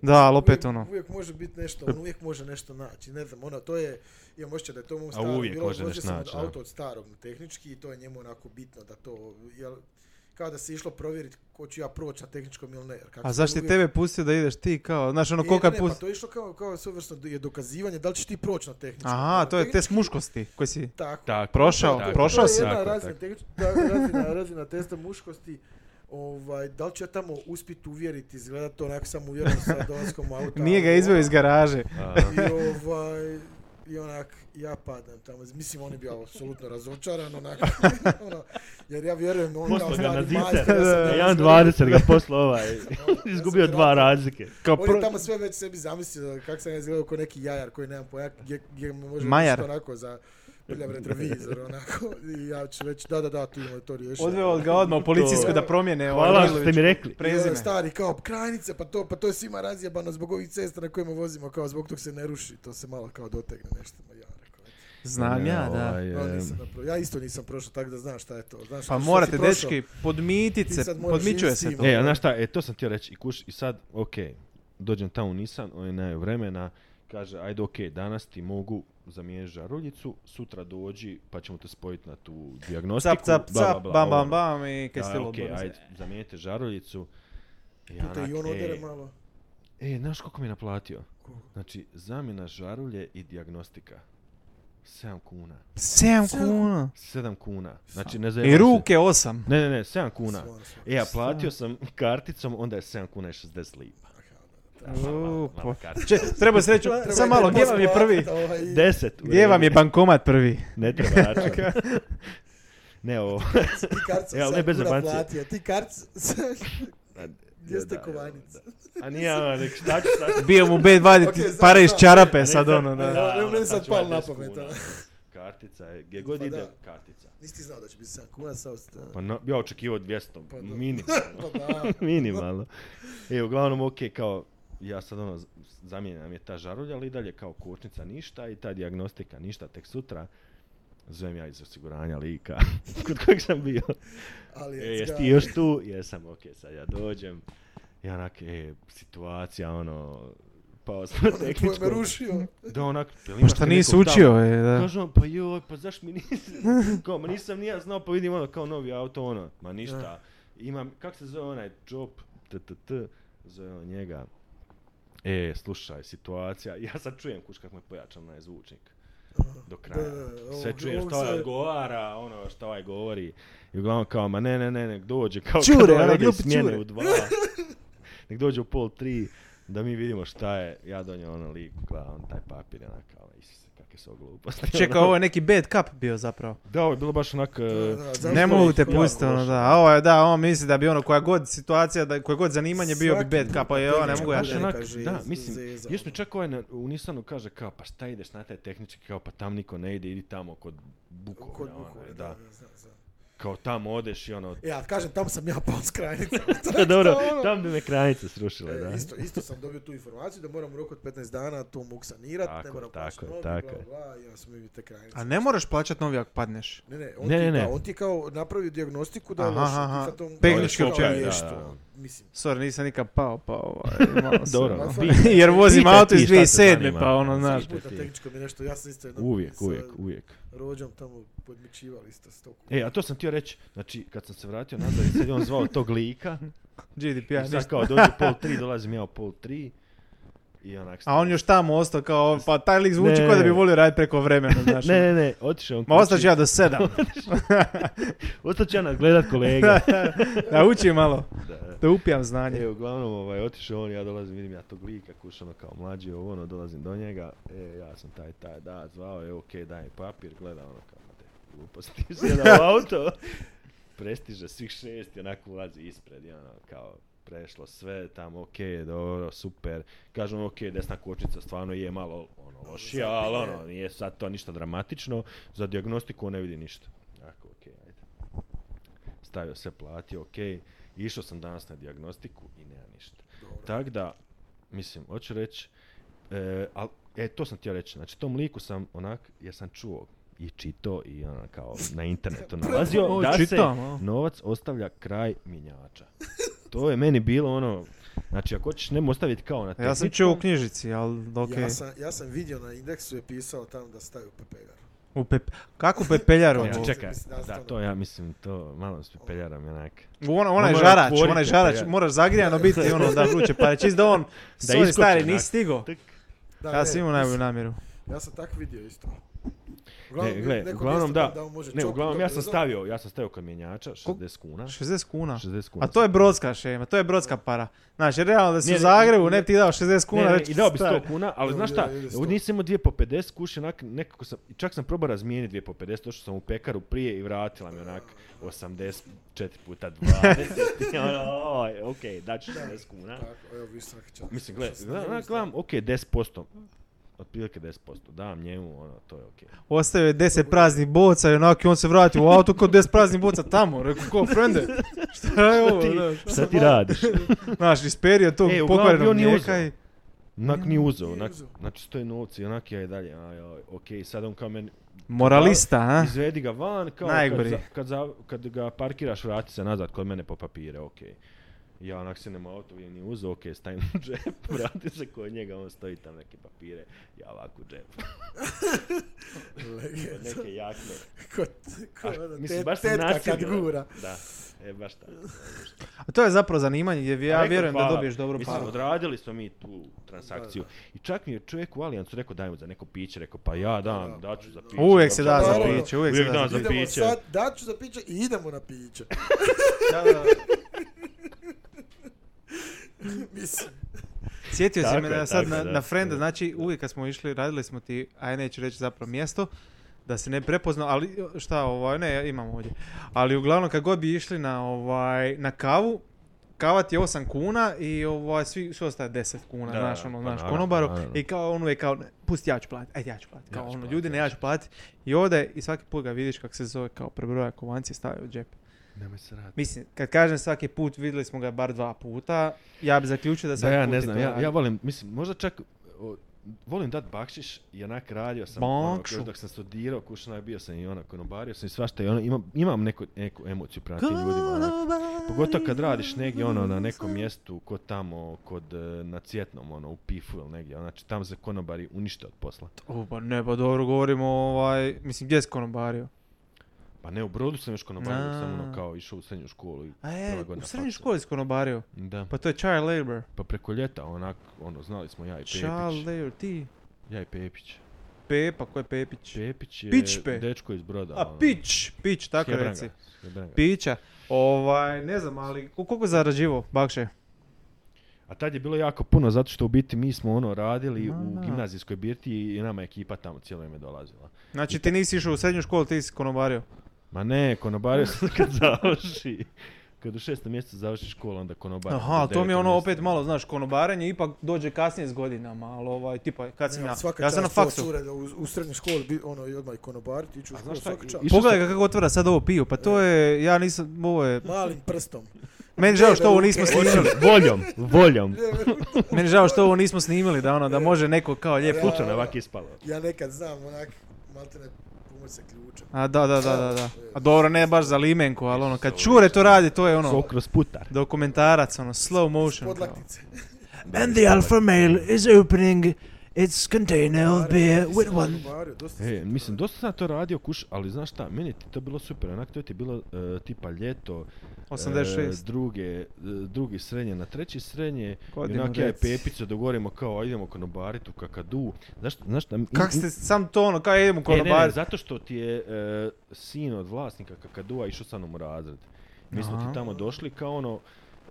S1: da, ali opet ono.
S3: Uvijek, uvijek može biti nešto, on uvijek može nešto naći. Ne znam, ono, to je, imam osjećaj da je to u mom starom
S2: uvijek
S3: bilo,
S2: može
S3: vozio
S2: nešto
S3: sam
S2: naći, da.
S3: od, auto od starog tehnički i to je njemu onako bitno da to, jel, kao da se išlo provjeriti ko ću ja proći na tehničkom ili ne. jer kako
S1: A
S3: sam
S1: zašto je
S3: uvijek-
S1: tebe pustio da ideš ti kao, znaš ono,
S3: E,
S1: koga
S3: ne, ne,
S1: pusti?
S3: Pa to je išlo kao, kao svojevrsno do- je dokazivanje da li ćeš ti proći na tehničkom.
S1: Aha,
S3: Na
S1: to je
S3: tehničkom-
S1: test muškosti koji si...
S3: Tako.
S2: Tako,
S1: Prošao,
S2: tako,
S1: prošao
S2: tako,
S1: si.
S3: To je jedna
S2: tako,
S3: razina,
S2: tako.
S3: tehnič- da, razina, razina testa muškosti. Ovaj, da li ću ja tamo uspjeti uvjeriti, izgleda to onako samo uvjereno sa dolaskom auta.
S1: Nije ga
S3: ali
S1: izveo
S3: ono,
S1: iz garaže.
S2: A,
S3: I ovaj, i onak, ja padam tamo. Mislim, on je bio apsolutno razočaran, onak, ono, jer ja vjerujem, on
S2: Poslao
S3: kao
S2: ga na
S3: stari
S2: zicer,
S3: majster, ja sam ga
S2: jedan
S3: izgledao-
S2: 20 ga poslao ovaj,
S3: sam
S2: izgubio
S3: ti
S2: dva
S3: rekao.
S2: razlike.
S1: Kao
S3: On je
S1: pro...
S3: tamo sve već sebi zamislio kako sam ja izgledao kao neki jajar koji nemam pojak, gdje, gdje me može
S1: Majar.
S3: biti onako za prljav retrovizor, onako, i ja ću reći, da, da, da, tu ima to riješeno.
S1: Odveo ga odmah u policijsku da promijene. ovaj,
S2: Hvala što
S1: Milović
S2: ste mi rekli.
S3: I ovaj
S1: Prezime.
S3: stari kao krajnice, pa to, pa to je svima razjebano zbog ovih cesta na kojima vozimo, kao zbog tog se ne ruši, to se malo kao dotegne nešto. Ma ja rekao, eto.
S1: Znam ja, da.
S2: Ovaj,
S3: Ja,
S2: em,
S3: nisam napravo- ja isto nisam prošao, tako da znaš šta je to. Znaš,
S1: Pa
S3: što si
S1: morate,
S3: prošao.
S1: dečki, podmitit
S3: Ti
S1: se,
S3: sad ono. moraš
S1: podmićuje
S3: ići s
S1: se
S3: tim.
S1: to.
S2: E, a znaš šta, e, to sam htio reći. I kuš, i sad, okej, dođem tamo u Nissan, on je najao vremena, kaže, ajde, okej, danas ti mogu zamijeniti žaruljicu, sutra dođi, pa ćemo te spojiti na tu dijagnostiku.
S1: Cap, cap,
S2: bla, bla,
S1: cap,
S2: bla,
S1: bam,
S2: ovo,
S1: bam,
S2: ono.
S1: bam i kaj
S2: Aj,
S1: ste
S2: okej, ajde, zamijenite žaruljicu. I
S3: Puta
S2: onak,
S3: i on odere
S2: e,
S3: malo.
S2: E, znaš koliko mi je naplatio?
S3: Koliko?
S2: Znači, zamjena žarulje i dijagnostika. 7 kuna.
S1: 7 kuna.
S2: 7 kuna. Znači, ne zajebam
S1: I
S2: se.
S1: ruke 8.
S2: Ne, ne, ne, 7 kuna.
S3: Stvarno, stvarno.
S2: E, ja platio sam karticom, onda je 7 kuna i 60 lipa.
S1: U,
S2: Mala
S1: po-
S2: kartica.
S1: Če, treba se reći,
S3: Trebate
S1: samo malo, gdje vam je prvi?
S3: posplatiti, ovaj,
S2: 10. u
S1: Gdje vam je
S2: redu.
S1: bankomat prvi?
S2: Ne treba račun. ne, ovo...
S3: Ti karc
S2: E, ali ne
S3: sam
S2: bez
S3: kuna
S2: jebancije.
S3: platio. Ti karc sam... Gdje ste
S2: Da,
S3: kovanica?
S2: da. A nije ono, nek šta ću šta ću-
S1: Bio mu B vaditi
S3: Ok, znam,
S1: pare iz
S3: znam.
S1: čarape E, sad ono, da.
S3: ne, ne,
S2: ono,
S3: sad
S2: ću ja
S3: palo na
S2: 10
S3: pamet,
S2: kuna.
S3: ono.
S2: Kartica je, gdje god
S3: Pa
S2: ide,
S3: da.
S2: kartica.
S3: Nisi ti znao da će biti 7 kuna, sa ostane.
S2: Pa no, ja očekivao 200,
S3: Pa da.
S2: minimalno.
S3: Pa da.
S2: minimalno. E, uglavnom, ok, kao, ja sad ono, z- zamijenjena mi je ta žarulja, ali i dalje kao kočnica ništa i ta dijagnostika ništa, tek sutra zovem ja iz osiguranja lika, kod kojeg sam bio.
S3: Ali
S2: E,
S3: je
S2: jesi
S3: ga-
S2: ti još tu? Jesam, ok, sad ja dođem. I onak, e, situacija, ono, pao sam na
S3: Ono je tvoj me
S2: tehničku.
S3: rušio.
S2: Da, onak, jel imaš
S1: Možda
S2: ti
S1: nisi
S2: nekog
S1: učio,
S2: tamo?
S1: je, da.
S2: Kažu on, pa joj, pa zaš mi nisi, kao, ma nisam ni ja znao, pa vidim ono, kao novi auto, ono, ma ništa. Imam, kak se zove onaj, job, t, t, t, zove on njega. E, slušaj, situacija, ja sad čujem, kuš, kako me pojačam onaj zvučnik. Do kraja.
S3: Da, da,
S2: Sve
S3: ovog-
S2: čujem
S3: ovog
S2: što ovaj
S3: sad-
S2: odgovara, ono što ovaj govori. I uglavnom kao, ma ne, ne, ne, nek dođe. Kao
S1: Čure,
S2: kad ovaj
S1: ono,
S2: ode iz
S1: glupi
S2: smjene
S1: čure.
S2: u dva. nek dođe u pol tri, da mi vidimo šta je. Ja donio ono lik, gleda, on taj papir, onak kao, isuse, kakve su ovo gluposti.
S1: Pa Čekaj, ovo je neki bad cup bio zapravo.
S2: Da, ovo je bilo baš onak...
S3: Da,
S2: e,
S3: da, zašto-
S1: Ne mogu te
S2: jako
S1: pustiti, ono
S2: loše.
S1: da. A ovo je, da, on misli da bi ono koja god situacija, da, koje god zanimanje bio bi
S3: Svaki
S1: bad
S3: put
S1: cup, a
S3: kad
S1: je, ovo ne
S3: dođeš
S1: mogu ja
S3: kući,
S2: Baš
S1: šta-
S3: ne
S2: onak,
S3: kaže,
S2: da,
S3: z-
S2: mislim,
S3: zeza,
S2: još mi
S3: ono.
S2: čak ovaj na, u Nisanu kaže kao, pa šta ideš na taj tehnički, kao, pa tam niko ne ide, idi tamo kod Bukovina,
S3: Kod
S2: ono,
S3: Vukovara,
S2: da.
S3: da, da, znam, znam.
S2: Kao tamo odeš i ono,
S3: E, ali kažem, tamo sam ja pao s krajnicom.
S2: da, dobro,
S3: Tako da, ono.
S2: tam bi me kranice srušile,
S3: E,
S2: da.
S3: Isto, isto sam dobio tu informaciju da moram u roku od 15 dana to mogu sanirat,
S2: Tako
S3: ne
S2: je,
S3: moram
S2: tako je,
S3: novi,
S2: tako
S3: bla,
S2: je.
S3: bla, bla, i onda smo mi te krajnice.
S1: A ne moraš plaćat novi ako padneš.
S3: Ne, ne, on,
S2: Ne,
S3: ti,
S2: ne, ne.
S3: da, on ti je kao napravio diagnostiku da je
S1: Aha,
S3: loše,
S1: aha.
S3: ti sad to
S1: Tehnički
S3: kao
S1: općenito.
S3: riješ
S2: Da, da,
S3: to,
S2: da.
S3: Mislim,
S1: Sorry, nisam nikad pao, pa ovaj, malo sam-
S2: Dobro,
S3: ono.
S2: bi-
S1: Jer vozim
S2: Pitaj
S1: auto
S2: ti
S1: iz
S2: šta te
S1: 2007.
S2: zanima.
S1: pa ono, znaš.
S3: svaki puta tehničko mi nešto, ja sam isto jednom
S2: Uvijek,
S3: sa
S2: uvijek, uvijek.
S3: rođom tamo podmičivali isto stoku.
S2: E, a to sam htio reći, znači, kad sam se vratio nazad i sad je on zvao tog lika,
S1: GDPR,
S2: i sad
S1: ništa.
S2: kao dođe pol tri, dolazim ja u pol tri, i onak...
S1: A on još tamo ostao kao, pa taj lik zvuči
S2: Ne.
S1: kao da bi volio raditi preko vremena, znaš. ono.
S2: Ne, ne, ne, otišao on
S1: Ma
S2: kući.
S1: ostaću ja do sedam,
S2: Ostat ću ja nadgledat kolega.
S1: da učim malo,
S2: da.
S1: da upijam znanje.
S2: E, uglavnom, ovaj, otišao on, ja dolazim, vidim ja tog lika, kušano kao mlađi, ovo, ono, dolazim do njega, e, ja sam taj, taj, da, zvao je, okej, daj mi papir, gleda ono kao, ma te, gluposti, sjeda u auto, prestiže svih šest i onako ulazi ispred, i ono, kao, prešlo sve, tamo, okej, dobro, super, kažem, okej, desna kočnica stvarno je malo, ono, lošija, ali ono, nije sad to ništa dramatično, za dijagnostiku on ne vidi ništa. Ako, okej, ajde stavio sve platio, ok, išao sam danas na dijagnostiku i nema ništa.
S3: ono.
S2: Tako da, mislim, hoću reći, e, al, e, to sam htio reći, znači tom liku sam onak, jer sam čuo i čito i ono, kao na internetu nalazio
S1: O,
S2: da
S1: čitam, a.
S2: se novac ostavlja kraj mjenjača. To je meni bilo ono, znači ako hoćeš nemo ostaviti kao na
S1: Ja sam
S2: tehničkom-
S1: čuo u knjižici, ali ok.
S3: Ja, sam, ja sam vidio na indeksu je pisao tamo da staju pepeljar.
S1: U pep... Kako pepeljaru?
S2: Ja,
S1: ono?
S2: čekaj,
S3: Mislim, da se
S2: da,
S3: to-
S2: to ja mislim, to malo s peljaram onak.
S1: U ono, onaj
S2: Ono je
S1: žarač,
S2: otvorite,
S1: onaj žarač,
S2: pa ja-
S1: moraš zagrijano biti ono da vruće, pa je čist da on,
S2: Da
S1: da
S2: iskoči,
S1: stari,
S2: onak.
S1: nisi stigo.
S2: Tik.
S3: Da,
S1: Ja
S3: ne,
S1: sam imao
S3: mislim,
S1: najbolju namjeru.
S3: Ja sam tak vidio isto.
S2: Ne, E, gle,
S3: neko
S2: uglavnom
S3: mjesto
S2: da,
S3: on može
S2: ne,
S3: čopit
S2: uglavnom
S3: dobro
S2: ja sam
S3: za-
S2: stavio, ja sam stavio kod mjenjača 60 kuna.
S1: 60 kuna.
S2: 60 kuna.
S1: A to je brodska šema, to je brodska para. Znači, realno da si
S2: Ne,
S1: u
S2: ne,
S1: Zagrebu, ne
S2: ne.
S1: bi ti dao 60 kuna.
S2: ne, ne,
S1: već
S2: i dao bi
S1: stari.
S2: 100 kuna, ali
S3: Evo,
S2: znaš
S3: ja,
S2: šta,
S3: ide
S2: ovo
S3: 100.
S2: nisam imao dvije po 50, kuši onak, nekako sam, i čak sam probao razmijeniti dvije po 50, došao sam u pekaru prije i vratila mi onak 84 puta 20, i ono, oj, okej, daću 60 kuna.
S3: Tako, evo, viš svaki čas.
S2: Mislim, gle,
S3: Što sam
S2: gledam,
S3: imao
S2: onak,
S3: isto.
S2: gledam, okej, 10%, otprilike 10%. Dam njemu, ono, to je okej.
S1: Ostavio je 10 praznih boca i onako i on se vrati u auto kod 10 praznih boca tamo. Rekao, ko, frende? Šta je ovo? znaš?
S2: Šta ti radiš?
S1: Znaš, isperio to
S2: E, uglavnom bi
S1: pokvareno
S2: on nije
S1: mlijeka i...
S2: Onak nije uzeo,
S3: Nije
S2: onak,
S3: uzeo.
S2: znači stoje novci, onak ja i dalje, aj, aj, okej, sad on kao meni,
S1: Moralista, a?
S2: izvedi ga van, kao kad,
S1: Najgori.
S2: za- kad, za- kad ga parkiraš, vrati se nazad kod mene po papire, okej. Ja onak se nema auto, vidim, nije uzeo, okej, stavim u džep, vrati se kod njega, on stoji tam neke papire, ja ovako u džep, od
S3: Legenda.
S2: neke jakne.
S3: Ko, ko,
S2: A,
S3: ono,
S2: mislim,
S3: te-
S2: baš sam
S3: tetka kad
S2: nasilno-
S3: gura.
S2: Da, e, baš tako.
S1: A to je zapravo zanimanje gdje ja
S2: Rekao,
S1: vjerujem da
S2: hvala.
S1: dobiješ dobru
S2: Mislim,
S1: paru.
S2: odradili smo mi tu transakciju. I čak mi je čovjek u Alijancu rekao daj mu za neko piće, rekao pa ja dam, daću za piće.
S1: Uvijek se da
S2: daću
S1: za
S3: Naravno.
S1: piće, uvijek se
S2: Uvijek
S1: da
S2: da
S1: za
S2: za
S1: piće.
S3: Idemo
S2: piće.
S3: sad, daću za piće i idemo na piće. Mislim,
S1: Sjetio si
S2: Tako
S1: me
S2: je,
S1: da sad
S2: tako
S1: na,
S2: je, da.
S1: na frenda,
S2: Da.
S1: znači uvijek kad smo išli, radili smo ti, aj neću reći zapravo mjesto, da se ne prepozna, ali šta ovaj, ne, imam ovdje. Ali uglavnom kad god bi išli na ovaj, na kavu, kava ti je 8 kuna i ovaj, svi, svi ostaje 10 kuna,
S2: Da,
S1: znaš, ono,
S2: pa
S1: znaš,
S2: naravno,
S1: konobaru.
S2: naravno.
S1: I kao ono je kao, ne, pusti ja ću platiti, ajde ja ću platiti. Kao
S2: Ja ću
S1: ono,
S2: platit,
S1: ljudi ne,
S2: ja
S1: ja ću platiti. I ovdje i svaki put ga vidiš kako se zove, kao prebroja kovanci i stavio u džep.
S2: Nemoj se raditi.
S1: Mislim, kad kažem svaki put, vidjeli smo ga bar dva puta, ja bi zaključio da
S2: Da,
S1: svaki
S2: ja
S1: put
S2: ne
S1: je
S2: znam,
S1: to
S2: ja,
S1: radio.
S2: ja volim, mislim, možda čak o, volim dat bakšiš i onak radio sam, ono,
S1: Bakšu.
S2: još dok sam studirao, kušan je bio sam i ono, konobario sam i svašta i ono, imam, imam neku, neku emociju prema tim ljudima, onak. Pogotovo kad radiš negdje ono na nekom mjestu ko tamo kod e, na Cvjetnom ono u Pifu ili negdje, znači tam se konobari unište od posla.
S1: U, pa ne, pa dobro govorimo ovaj, mislim, gdje je konobario?
S2: Pa ne, u Brodu sam još konobario, dok sam ono
S1: A.
S2: kao išao u srednju školu i
S1: A
S2: prva
S1: je, u
S2: godina
S1: srednjoj
S2: faksa.
S1: školi skonobario.
S2: Da. Pa,
S1: Pa to je child labor.
S2: preko ljeta onak, ono, znali smo ja i Pepić.
S1: Child labor, ti.
S2: Ja i Pepić.
S1: Pepa, ko je Pepić?
S2: Pepić je
S1: Pičpe.
S2: dečko iz Broda.
S1: A,
S2: ono.
S1: pić, pić, tako
S2: Sjebranga,
S1: reci.
S2: Sjebranga.
S1: Pića. Ovaj, ne znam, ali ko- koliko je zarađivo, Bakše?
S2: A tad je bilo jako puno zato što u biti mi smo ono radili
S1: Ma.
S2: u gimnazijskoj birti i nama je ekipa tamo cijelo vrijeme dolazila.
S1: Znači, ti nisi išao u srednju školu, ti si konobario.
S2: Ma ne, konobario sam kad završi. Kad u šestom mjesecu završi školu, onda konobar.
S1: Aha, to mi je ono opet malo, znaš, konobarenje ipak dođe kasnije s godinama, ali ovaj, tipa, kad sam
S3: nema,
S1: ja,
S3: svaka
S1: ja sam na
S3: čast to
S1: faksu.
S3: cure da u, u srednjoj školi bi, ono, i odmah i konobariti, iću u školu,
S2: znaš šta,
S3: svaka
S2: i-
S3: čast.
S2: i- Išao
S1: Pogledaj
S2: sam-
S1: ga kako otvara sad ovo piju, pa to je, ja nisam, ovo je,
S3: Malim prstom.
S1: meni žao što ovo nismo
S3: Hoću-
S1: snimili.
S2: Voljom, voljom.
S1: Meni žao što ovo nismo snimili, da ono, da može neko kao
S3: Ja.
S1: lijepo.
S2: Slučajno je ovak ispalo.
S3: Ja nekad znam, onak, malte ne pomoć sa ključem.
S1: A da, da, da, da, da. A dobro, ne baš za limenku, ali ono, kad čure to radi, to je ono,
S2: Sok kroz putar.
S1: dokumentarac, ono, slow motion. kao.
S3: Podlaktice.
S4: And the alpha male is opening its container of beer with one.
S3: Konobario, dosta
S2: E,
S3: sam-
S2: mislim, dosta sam to radio, kuš, ali znaš šta, meni je to bilo super, onak to ti je bilo e, tipa ljeto, e,
S1: 86.
S2: druge, e, drugi srednje na treći srednje,
S1: Godinu
S2: Godinu onak ja i
S1: rec.
S2: Pepica dogovorimo kao, a idemo konobarit u kakadu, znaš, znaš šta, im-
S1: Kak
S2: im-
S1: ste, sam to ono, kao ja idem u
S2: E, ne, ne,
S1: konobar.
S2: zato što ti je e, sin od vlasnika kakadua išao sa mnom u razred. Mi smo
S1: Aha.
S2: ti tamo došli kao ono...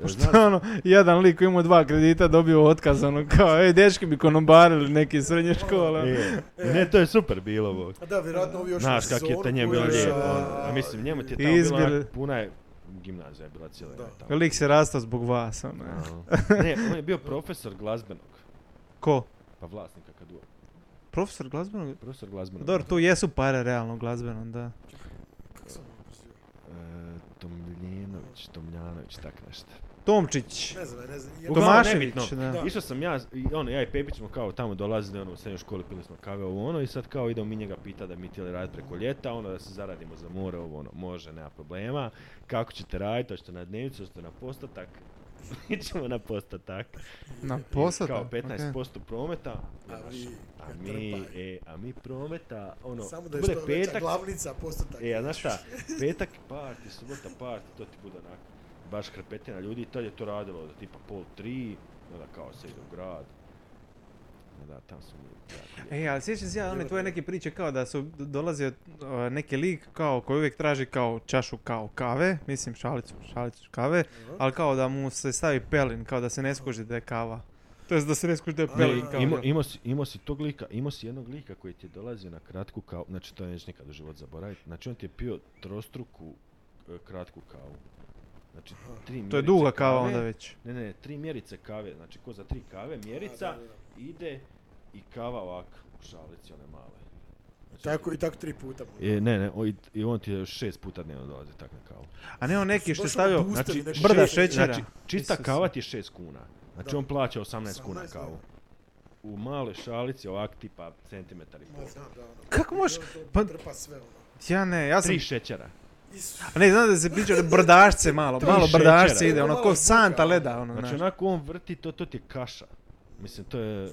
S2: e,
S1: Što
S2: znaš-
S1: ono, jedan lik koji imao dva kredita dobio otkaz, ono kao, ej, dečki bi konobarili neki iz srednje škole.
S2: E, ne, to je super bilo, bog.
S3: A Pa da, vjerojatno ovi još
S2: Znaš
S3: u
S2: kak je
S3: sezonu
S2: to njemu bilo
S3: koji je
S2: lijepo.
S3: sa-
S2: ono. A mislim, njemu ti je tamo bilo
S1: Izbili.
S2: onak- puna je gimnazija je bila cijela
S3: Da.
S2: je tamo.
S1: Lik se rastao zbog vas, ono.
S2: Ono. Ne, on je bio profesor glazbenog.
S1: Ko?
S2: Pa vlasnika kakadua.
S1: Profesor glazbenog?
S2: Profesor glazbenog.
S1: Dobro, tu jesu pare realno glazbeno, da.
S3: Kako sam ono pozivao?
S2: E, Tomljenović, Tomljanović, tak nešto.
S1: Tomčić.
S3: Ne znam, ne znam. ja-
S2: Uglavnom,
S1: Tomašević,
S2: nebitno.
S1: da.
S2: Išao sam ja, i ono, ja i Pepić smo kao tamo dolazili, ono, u srednjoj školi pili smo kave, ovo ono, i sad kao idemo mi njega pita da mi htjeli raditi preko ljeta, ono, da se zaradimo za more, ovo ono, može, nema problema, kako ćete raditi, hoćete na dnevnicu, hoćete na postotak, mi ćemo na postotak.
S1: Na
S2: I
S1: posad?
S2: Kao 15% prometa,
S3: A
S2: znaš,
S3: vi
S2: a
S3: ga
S2: mi,
S3: trpaj.
S2: e, a mi prometa, ono,
S3: Samo da je
S2: bude
S3: što veća
S2: petak,
S3: glavnica postotak.
S2: E, a znaš šta, petak je party, subota party, to ti bude onak, baš hrpetina ljudi, tad je to radilo od tipa pol tri, onda kao se ide u grad. Da, tam smo mi. jako lijepo.
S1: E, ali sjećam se ja one tvoje neke priče kao da su d- dolazio e, neki lik kao koji uvijek traži kao čašu kao kave, mislim šalicu, šalicu kave,
S3: Aha.
S1: ali kao da mu se stavi pelin, kao da se ne skuži da je kava. To jest da se ne skuži da je
S3: A,
S1: pelin
S3: i-
S1: kao.
S2: Imao
S1: jel?
S2: imao si, imao si tog lika, imao si jednog lika koji ti je dolazio na kratku kavu, znači to nećeš nikad u život zaboraviti, znači on ti je pio trostruku e, kratku kavu. Znači, tri
S1: To je
S2: mjerice
S1: duga kava
S2: kave,
S1: onda već.
S2: Ne, ne, tri mjerice kave, znači ko za tri kave, mjerica,
S3: da, da, da.
S2: ide i kava ovako u šalici, one male. Znači,
S3: Tako i tako tri puta.
S2: I, E, ne, ne, o, i, i on ti je šest puta dnevno dolazi tak na kavu.
S1: A ne on neki što je
S3: Baš
S1: stavio
S3: ono boosteri,
S1: znači,
S3: neko-
S1: brda
S2: Šest-
S1: šećera.
S2: Znači, čista
S1: Isuse.
S2: kava ti je šest kuna. Znači
S3: Da.
S2: on plaća 18 kuna
S3: 18, da.
S2: kavu. U male šalici ovak tipa centimetar i pol.
S3: Ma znam da ono.
S1: Kako možeš?
S3: I on to
S1: Pa-
S3: Trpa sve ono.
S1: Ja ne, ja sam...
S2: Tri šećera.
S3: Isus.
S1: A ne, znam da se priča brdašce malo,
S2: To je
S1: malo
S2: šećera.
S1: brdašce ide, ono
S3: Malo
S1: ko
S3: buka,
S1: Santa
S3: ono.
S1: leda, ono,
S2: Znači
S1: znaš.
S2: onako on vrti, to, to ti je kaša. Mislim, to je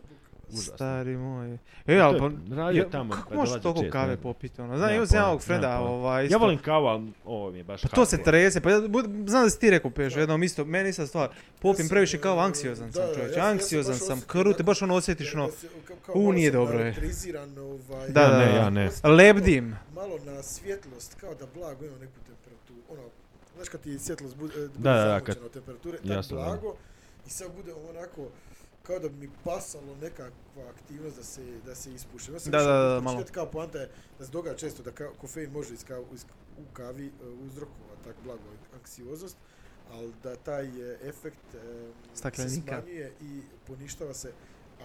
S2: užasno.
S1: Stari moj. E, ali
S2: To je
S1: pa...
S2: radio
S1: ja-
S2: tamo,
S1: Kako
S2: pa
S1: možeš
S2: dolazi
S1: toliko
S2: čest, ne
S1: kave
S2: znam.
S1: popiti, ono? Znam,
S2: Nemam
S1: imam ja
S2: pojma,
S1: ovog Freda,
S2: nemam pojma.
S1: ovaj...
S2: Ja
S1: isto-
S2: volim kavu, ali ovo mi je baš
S1: Pa to se
S2: hardcore.
S1: trese, pa ja bud- znam da si ti rekao peš, jednom isto, meni ista stvar, popim
S3: sam,
S1: previše kao
S3: e,
S1: anksiozan sam
S3: da, ja
S1: čovječ,
S3: sam- ja sam
S1: anksiozan
S3: baš
S1: sam,
S3: osjetio
S1: krute,
S3: tako-
S1: baš ono osjetiš ono,
S3: Da se- kao- kao
S1: u,
S3: malo
S1: nije
S3: sam
S1: dobro je.
S3: naelektriziran, Ovaj,
S1: Da,
S2: Ja
S1: da,
S2: e. ne,
S1: da.
S2: ja ne.
S1: lebdim.
S3: Malo na svjetlost, kao da blago ima neku temperaturu. Ono, znaš kad ti svjetlost bude, bude
S2: Da, da, da,
S3: zamućena
S2: kad-
S3: od temperature, tako
S2: Jasno, da.
S3: blago. I sad bude onako, kao da bi mi pasalo nekakva aktivnost da se, da se ispuše. Ja sam
S1: Da,
S3: više
S1: da, da,
S3: pročitao
S1: malo.
S3: Kao poanta je da se događa često da ka- kofein može iz ka- iz- u kavi e, uzrokovat tak blago anksioznost, ali da taj e, efekt e, se
S1: Staklenika.
S3: smanjuje i poništava se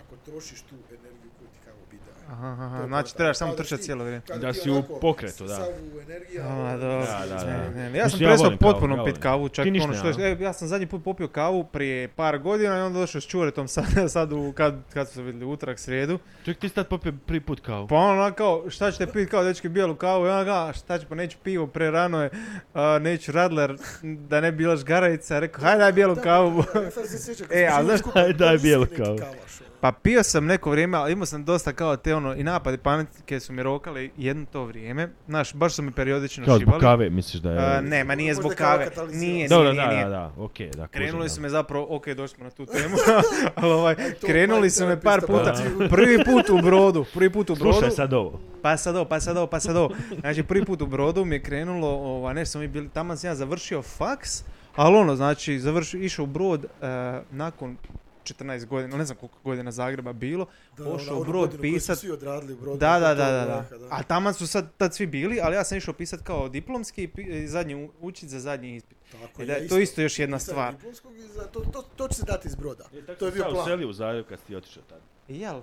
S3: ako trošiš tu energiju koju ti kava bi daje.
S1: Aha, aha,
S3: To je
S1: znači
S3: to,
S1: trebaš
S3: da.
S1: samo
S3: Kao da
S1: trčati
S3: ti-
S1: cijelo vrijeme.
S3: Kad
S2: Da
S3: ti
S2: si u
S3: onako
S2: pokretu, da.
S3: Sav u energija.
S1: A,
S3: ono,
S1: dobro.
S2: Da, da, da.
S1: Ne, ne, ne, Ja
S2: Mislim,
S1: sam
S2: ja
S1: prestao
S2: volim kavu,
S1: potpuno
S2: ja
S1: pit
S2: volim.
S1: kavu, čak
S2: Ti ništa
S1: ono što
S2: ne,
S1: je, e, ja sam zadnji put popio kavu prije par godina i onda došao s čuretom sad, sad u, kad, kad su se vidjeli, utrak, srijedu.
S2: Čovjek ti sad popio prvi put kavu.
S1: Pa ono kao, šta ćete pit kao dečki bijelu kavu? I ona kao, "A, šta ću, pa neću pivo, pre rano je, a, neću radler, da ne bi bila žgarajica. Rekao, hajde daj bijelu
S3: Da,
S1: kavu.
S3: da, da, ja sad se sjećam kad
S1: E,
S3: smo
S1: a
S3: bili
S1: znaš-
S3: skupa,
S2: Aj, daj
S3: nisi
S2: bijelu
S3: neki
S2: kavu.
S3: kavaš, ono.
S1: Pa pio sam neko vrijeme, ali imao sam dosta kao te ono, i napade pametike su mi rokali jedno to vrijeme. Znaš, baš su mi periodično
S2: Kao zbog
S1: šibali.
S2: kave, misliš da je...
S1: A, ne, ma nije
S3: Možda
S1: zbog
S3: je kava
S1: kave.
S3: katalizirala.
S1: Nije,
S2: Dobro,
S1: nije,
S2: da,
S1: nije.
S2: da, da, okej, da, kužim,
S1: Krenuli
S2: da.
S1: su me zapravo, ok, došli smo na tu temu, ali ovaj,
S3: to
S1: krenuli
S3: moj
S1: su me par puta,
S3: terapista
S1: prvi put u brodu, prvi put u brodu,
S2: Slušaj sad ovo.
S1: pa sad ovo, pa sad ovo, pa sad ovo. Znači, prvi put u brodu mi je krenulo, ovaj, nešto smo mi bili, tamo sam ja završio faks, ali ono, znači, završio, išao u brod eh, nakon 14 godina, ne znam koliko godina Zagreba bilo,
S3: Da,
S1: Pošao
S3: ono,
S1: u
S3: onu
S1: brod
S3: godinu koju su
S1: pisat.
S3: Svi odradili u brodu.
S1: da, da,
S3: to
S1: da,
S3: je
S1: da, da.
S3: vrha,
S1: A taman su sad, tad svi bili, ali ja sam išao pisat kao diplomski i pi- i zadnji u- učit za zadnji ispit. E,
S3: Tako
S1: I
S3: je,
S1: da,
S3: ja
S1: to je isto još jedna
S3: Pisao
S1: stvar.
S3: diplomskog i za- To, to, to će se dati iz broda. To je bio
S2: E, Sad
S3: plan.
S2: uselio u Zagreb kad si ti otišao tad.
S1: Jel?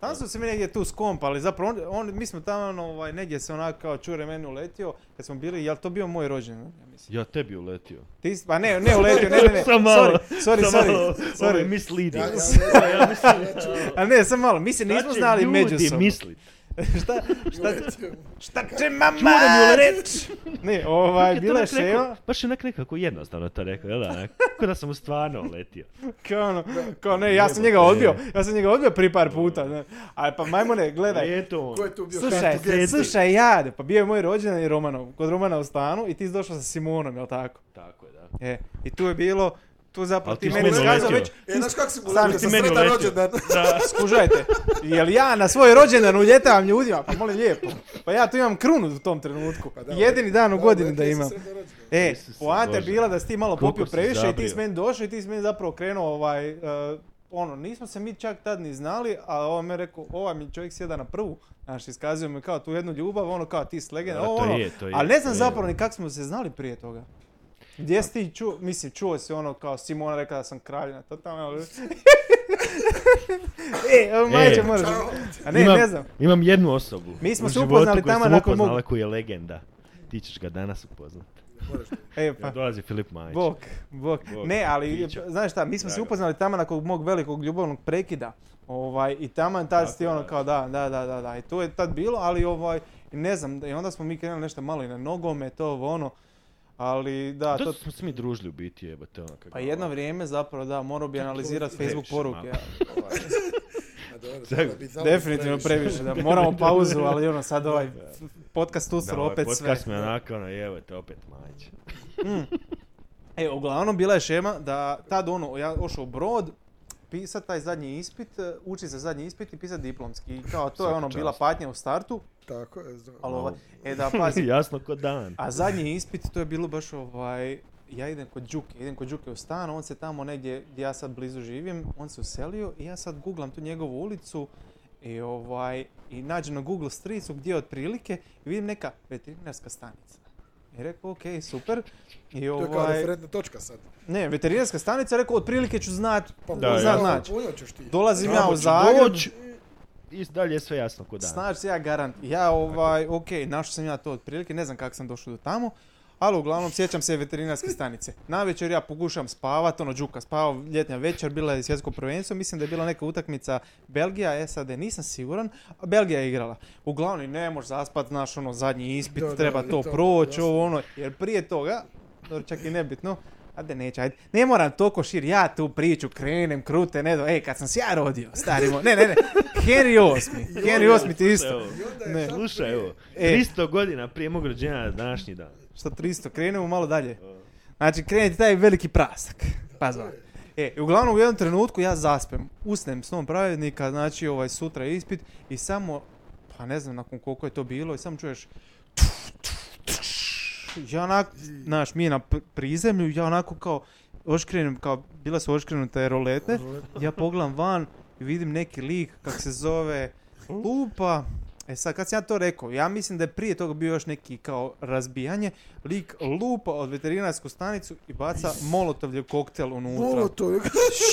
S1: Tamo su se mi negdje tu skompali, zapravo on, on- mi smo tamo ono, ovaj, negdje se onako kao čure meni uletio, kad smo bili, jel to bio moj rođendan? Ja mislim.
S2: Ja tebi uletio.
S1: Ti, si- pa ne, ne uletio, ne, ne, ne,
S2: Samo malo,
S1: sorry, sorry, sorry,
S2: Ovo je
S1: sorry.
S3: Ja, ja,
S2: misleading.
S3: ja, ja,
S1: A ne, sam malo, mi se
S2: Šta
S1: nismo
S2: će
S1: znali
S2: ljudi
S1: međusobno.
S2: mislit?
S1: šta, šta,
S3: uletio mu.
S1: šta će mama reći? Ne, ovaj,
S2: to
S1: bila je
S2: onak rekao-
S1: ševa,
S2: Baš je onak nekako jednostavno to rekao, jel da? onak, Kako da sam mu stvarno uletio.
S1: kao ono, kao ne, ja sam
S2: Jebote.
S1: njega odbio, ja sam njega odbio pri par puta, ne. Ali pa majmune, gledaj,
S2: Eto on.
S3: Ko je tu bio?
S1: Slušaj,
S3: Kako to gdje si?
S1: slušaj, jade, pa bio je moj rođendan i Romanov, kod Romana u stanu i ti si došao sa Simonom, jel tako?
S2: Tako je, da.
S1: E, i tu je bilo, tu zapravo
S2: Ali
S1: ti
S2: ti si
S1: meni
S2: meni
S1: skazao
S2: uletio.
S1: već,
S3: E, znaš kako si mu
S1: Sam
S3: uletio?
S1: ti
S3: Sa
S2: meni
S3: sretan
S2: uletio.
S3: rođendan.
S2: Da.
S1: skužajte, jel ja na svoj rođendan uljetavam ljudima, pa molim lijepo, pa ja tu imam krunu u tom trenutku,
S3: Pa da,
S1: jedini dan u godini da
S3: uletio si
S1: imam.
S3: sretan rođendan.
S1: E,
S2: Isuse
S1: poanta je
S2: Bože.
S1: bila da si ti malo
S2: Koliko
S1: popio
S2: si
S1: previše i ti
S2: zabrio.
S1: si meni došao i ti si meni zapravo krenuo ovaj, e, ono, nismo se mi čak tad ni znali, a ovo me rekao, ovaj mi čovjek sjeda na prvu, znaš, iskazuje mi kao tu jednu ljubav, ono kao ti s legenda,
S2: Da,
S1: ovo,
S2: to
S1: ono,
S2: je, to je,
S1: ali ne
S2: to
S1: znam
S2: je. ono.
S1: zapravo ni kako smo se znali prije toga. Gdje si ti čuo, mislim, čuo si ono kao Simona rekla da sam kraljina, to tamo, ali... e, evo, majče,
S2: E.
S1: moraš...
S3: Čao.
S1: A ne,
S2: imam,
S1: ne znam.
S2: Imam jednu osobu.
S1: Mi smo
S2: u
S1: se
S2: životu
S1: upoznali
S2: koju
S1: tamo
S2: sam
S1: nakon mog-
S2: upoznala koju je legenda. Ti ćeš ga danas upoznat.
S3: Moraš da-
S1: E, pa.
S2: Evo dolazi Filip Majić.
S1: Bog, bog.
S2: Bog,
S1: Ne, ali
S2: priča.
S1: znaš šta, mi smo se
S2: Drago.
S1: upoznali tamo nakon mog velikog ljubavnog prekida. Ovaj, I taman tad si ti
S2: Tako,
S1: ono
S2: da.
S1: kao da, da, da, da, da. I to je tad bilo, ali ovaj, ne znam, i onda smo mi krenuli nešto malo i na nogome, to ovo ono. Ali da,
S2: to,
S1: to,
S2: smo se mi družili u biti, jebate ono kako.
S1: pa jedno vrijeme zapravo da, morao bi analizirati
S2: previše
S1: Facebook poruke.
S2: malo.
S1: Ovaj,
S3: A dobro,
S2: Čekaj.
S3: da bi znao
S1: Definitivno previše, da moramo pauzu, ali ono sad ovaj podcast
S2: Da,
S1: usro
S2: ovaj
S1: opet sve.
S2: podcast me onako, ono, jebate, opet Majić.
S1: E, uglavnom bila je šema da tad ono, ja ošao u brod, pisat taj zadnji ispit, e, uči se zadnji ispit i pisat diplomski. I kao to je
S2: Svaka
S1: ono bila
S2: čast.
S1: patnja u startu,
S3: Tako je, znam.
S1: ali
S2: Au.
S1: ovaj, e da pazi,
S2: Jasno ko dan.
S1: a zadnji ispit to je bilo baš ovaj, ja idem kod Đuke, idem kod Đuke u stan, on se tamo negdje gdje ja sad blizu živim, on se uselio i ja sad googlam tu njegovu ulicu i ovaj, i nađem na Google Streetsu gdje je otprilike i vidim neka veterinarska stanica. I rekao, ok, super. I
S3: To je kao
S1: ovaj,
S3: referentna točka sad.
S1: ne, veterinarska stanica je rekao, otprilike ću znat, znači.
S3: Pa
S2: Da,
S1: znat
S2: ja.
S1: naći.
S3: Punjačeš ti.
S1: Dolazim
S2: Tamo
S1: ja u
S2: ću
S1: Zagreb,
S2: doć, i dalje je sve jasno kod dana.
S1: Snaš se Znači, ja garant. Ja ovaj, ok, našao sam ja to otprilike, ne znam kako sam došao do tamo, ali uglavnom sjećam se veterinarske stanice. Navečer ja pokušam spavat, ono Đuka spavao, ljetnja večer, bila je svjetsko prvenstvo, mislim da je bila neka utakmica Belgija, SAD, nisam siguran, a Belgija je igrala. Uglavnom i ne možeš zaspat, znaš ono zadnji ispit,
S3: Da, da,
S1: treba
S3: i
S1: to
S3: to,
S1: proći,
S3: jasno.
S1: ovo ono, jer prije toga, dobro čak i nebitno, a da neće, ajde. Ne moram toliko šir, ja tu priču krenem, krute, ne do, ej, kad sam se ja rodio, stari moj, ne, ne, ne, Henry osmi, Henry osmi ti isto.
S2: Evo,
S3: I onda
S1: Ne.
S3: je sad
S2: Slušaj,
S3: prije-
S2: evo,
S1: E.
S2: 300 godina prije mog rođenja na današnji dan.
S1: Šta 300, krenemo malo dalje. Znači, krene ti taj veliki prasak. Pazi ovako. E, i uglavnom u jednom trenutku ja zaspem, usnem snom pravednika, znači ovaj sutra je ispit i samo, pa ne znam nakon koliko je to bilo i samo čuješ ja onako, znaš, mi na pr- prizemlju, ja onako kao oškrenem, kao, bila su oškrenute rolete, ja pogledam van i vidim neki lik kak se zove Lupa. E sad kad sam ja to rekao, ja mislim da je prije toga bio još neki kao razbijanje, lik lupa od veterinarsku stanicu i baca molotovljev koktel unutra.
S3: Molotov.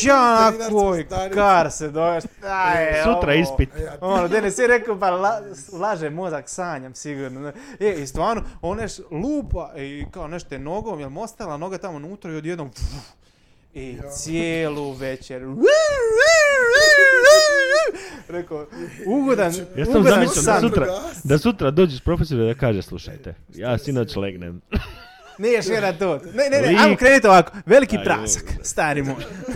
S1: Ja
S3: veterinarsku
S1: koji
S3: stanicu.
S1: kar se doješ, šta je
S2: Sutra
S1: ovo?
S2: ispit.
S3: E, a ti-
S1: Ono, DNS je rekao, pa la- laže mozak, sanjam sigurno. ne. E, i stvarno, on neš lupa i kao nešto je nogom, jel mu ostala noga tamo unutra i odjednom... fuf. I
S3: Ja.
S1: cijelu večer... "Ru, ru, ru, ru." Rekao, ugodan,
S2: Ja sam
S1: ugodan
S2: zamislio da
S1: san.
S2: sutra,
S3: Gas.
S2: da sutra dođeš profesoru i da kaže, slušajte, ja sinoć legnem.
S1: Ne, još jedan to. Ne, ne, ne,
S2: Lik.
S1: ajmo krenuti ovako. Veliki
S2: Aj,
S1: prasak, stari moj.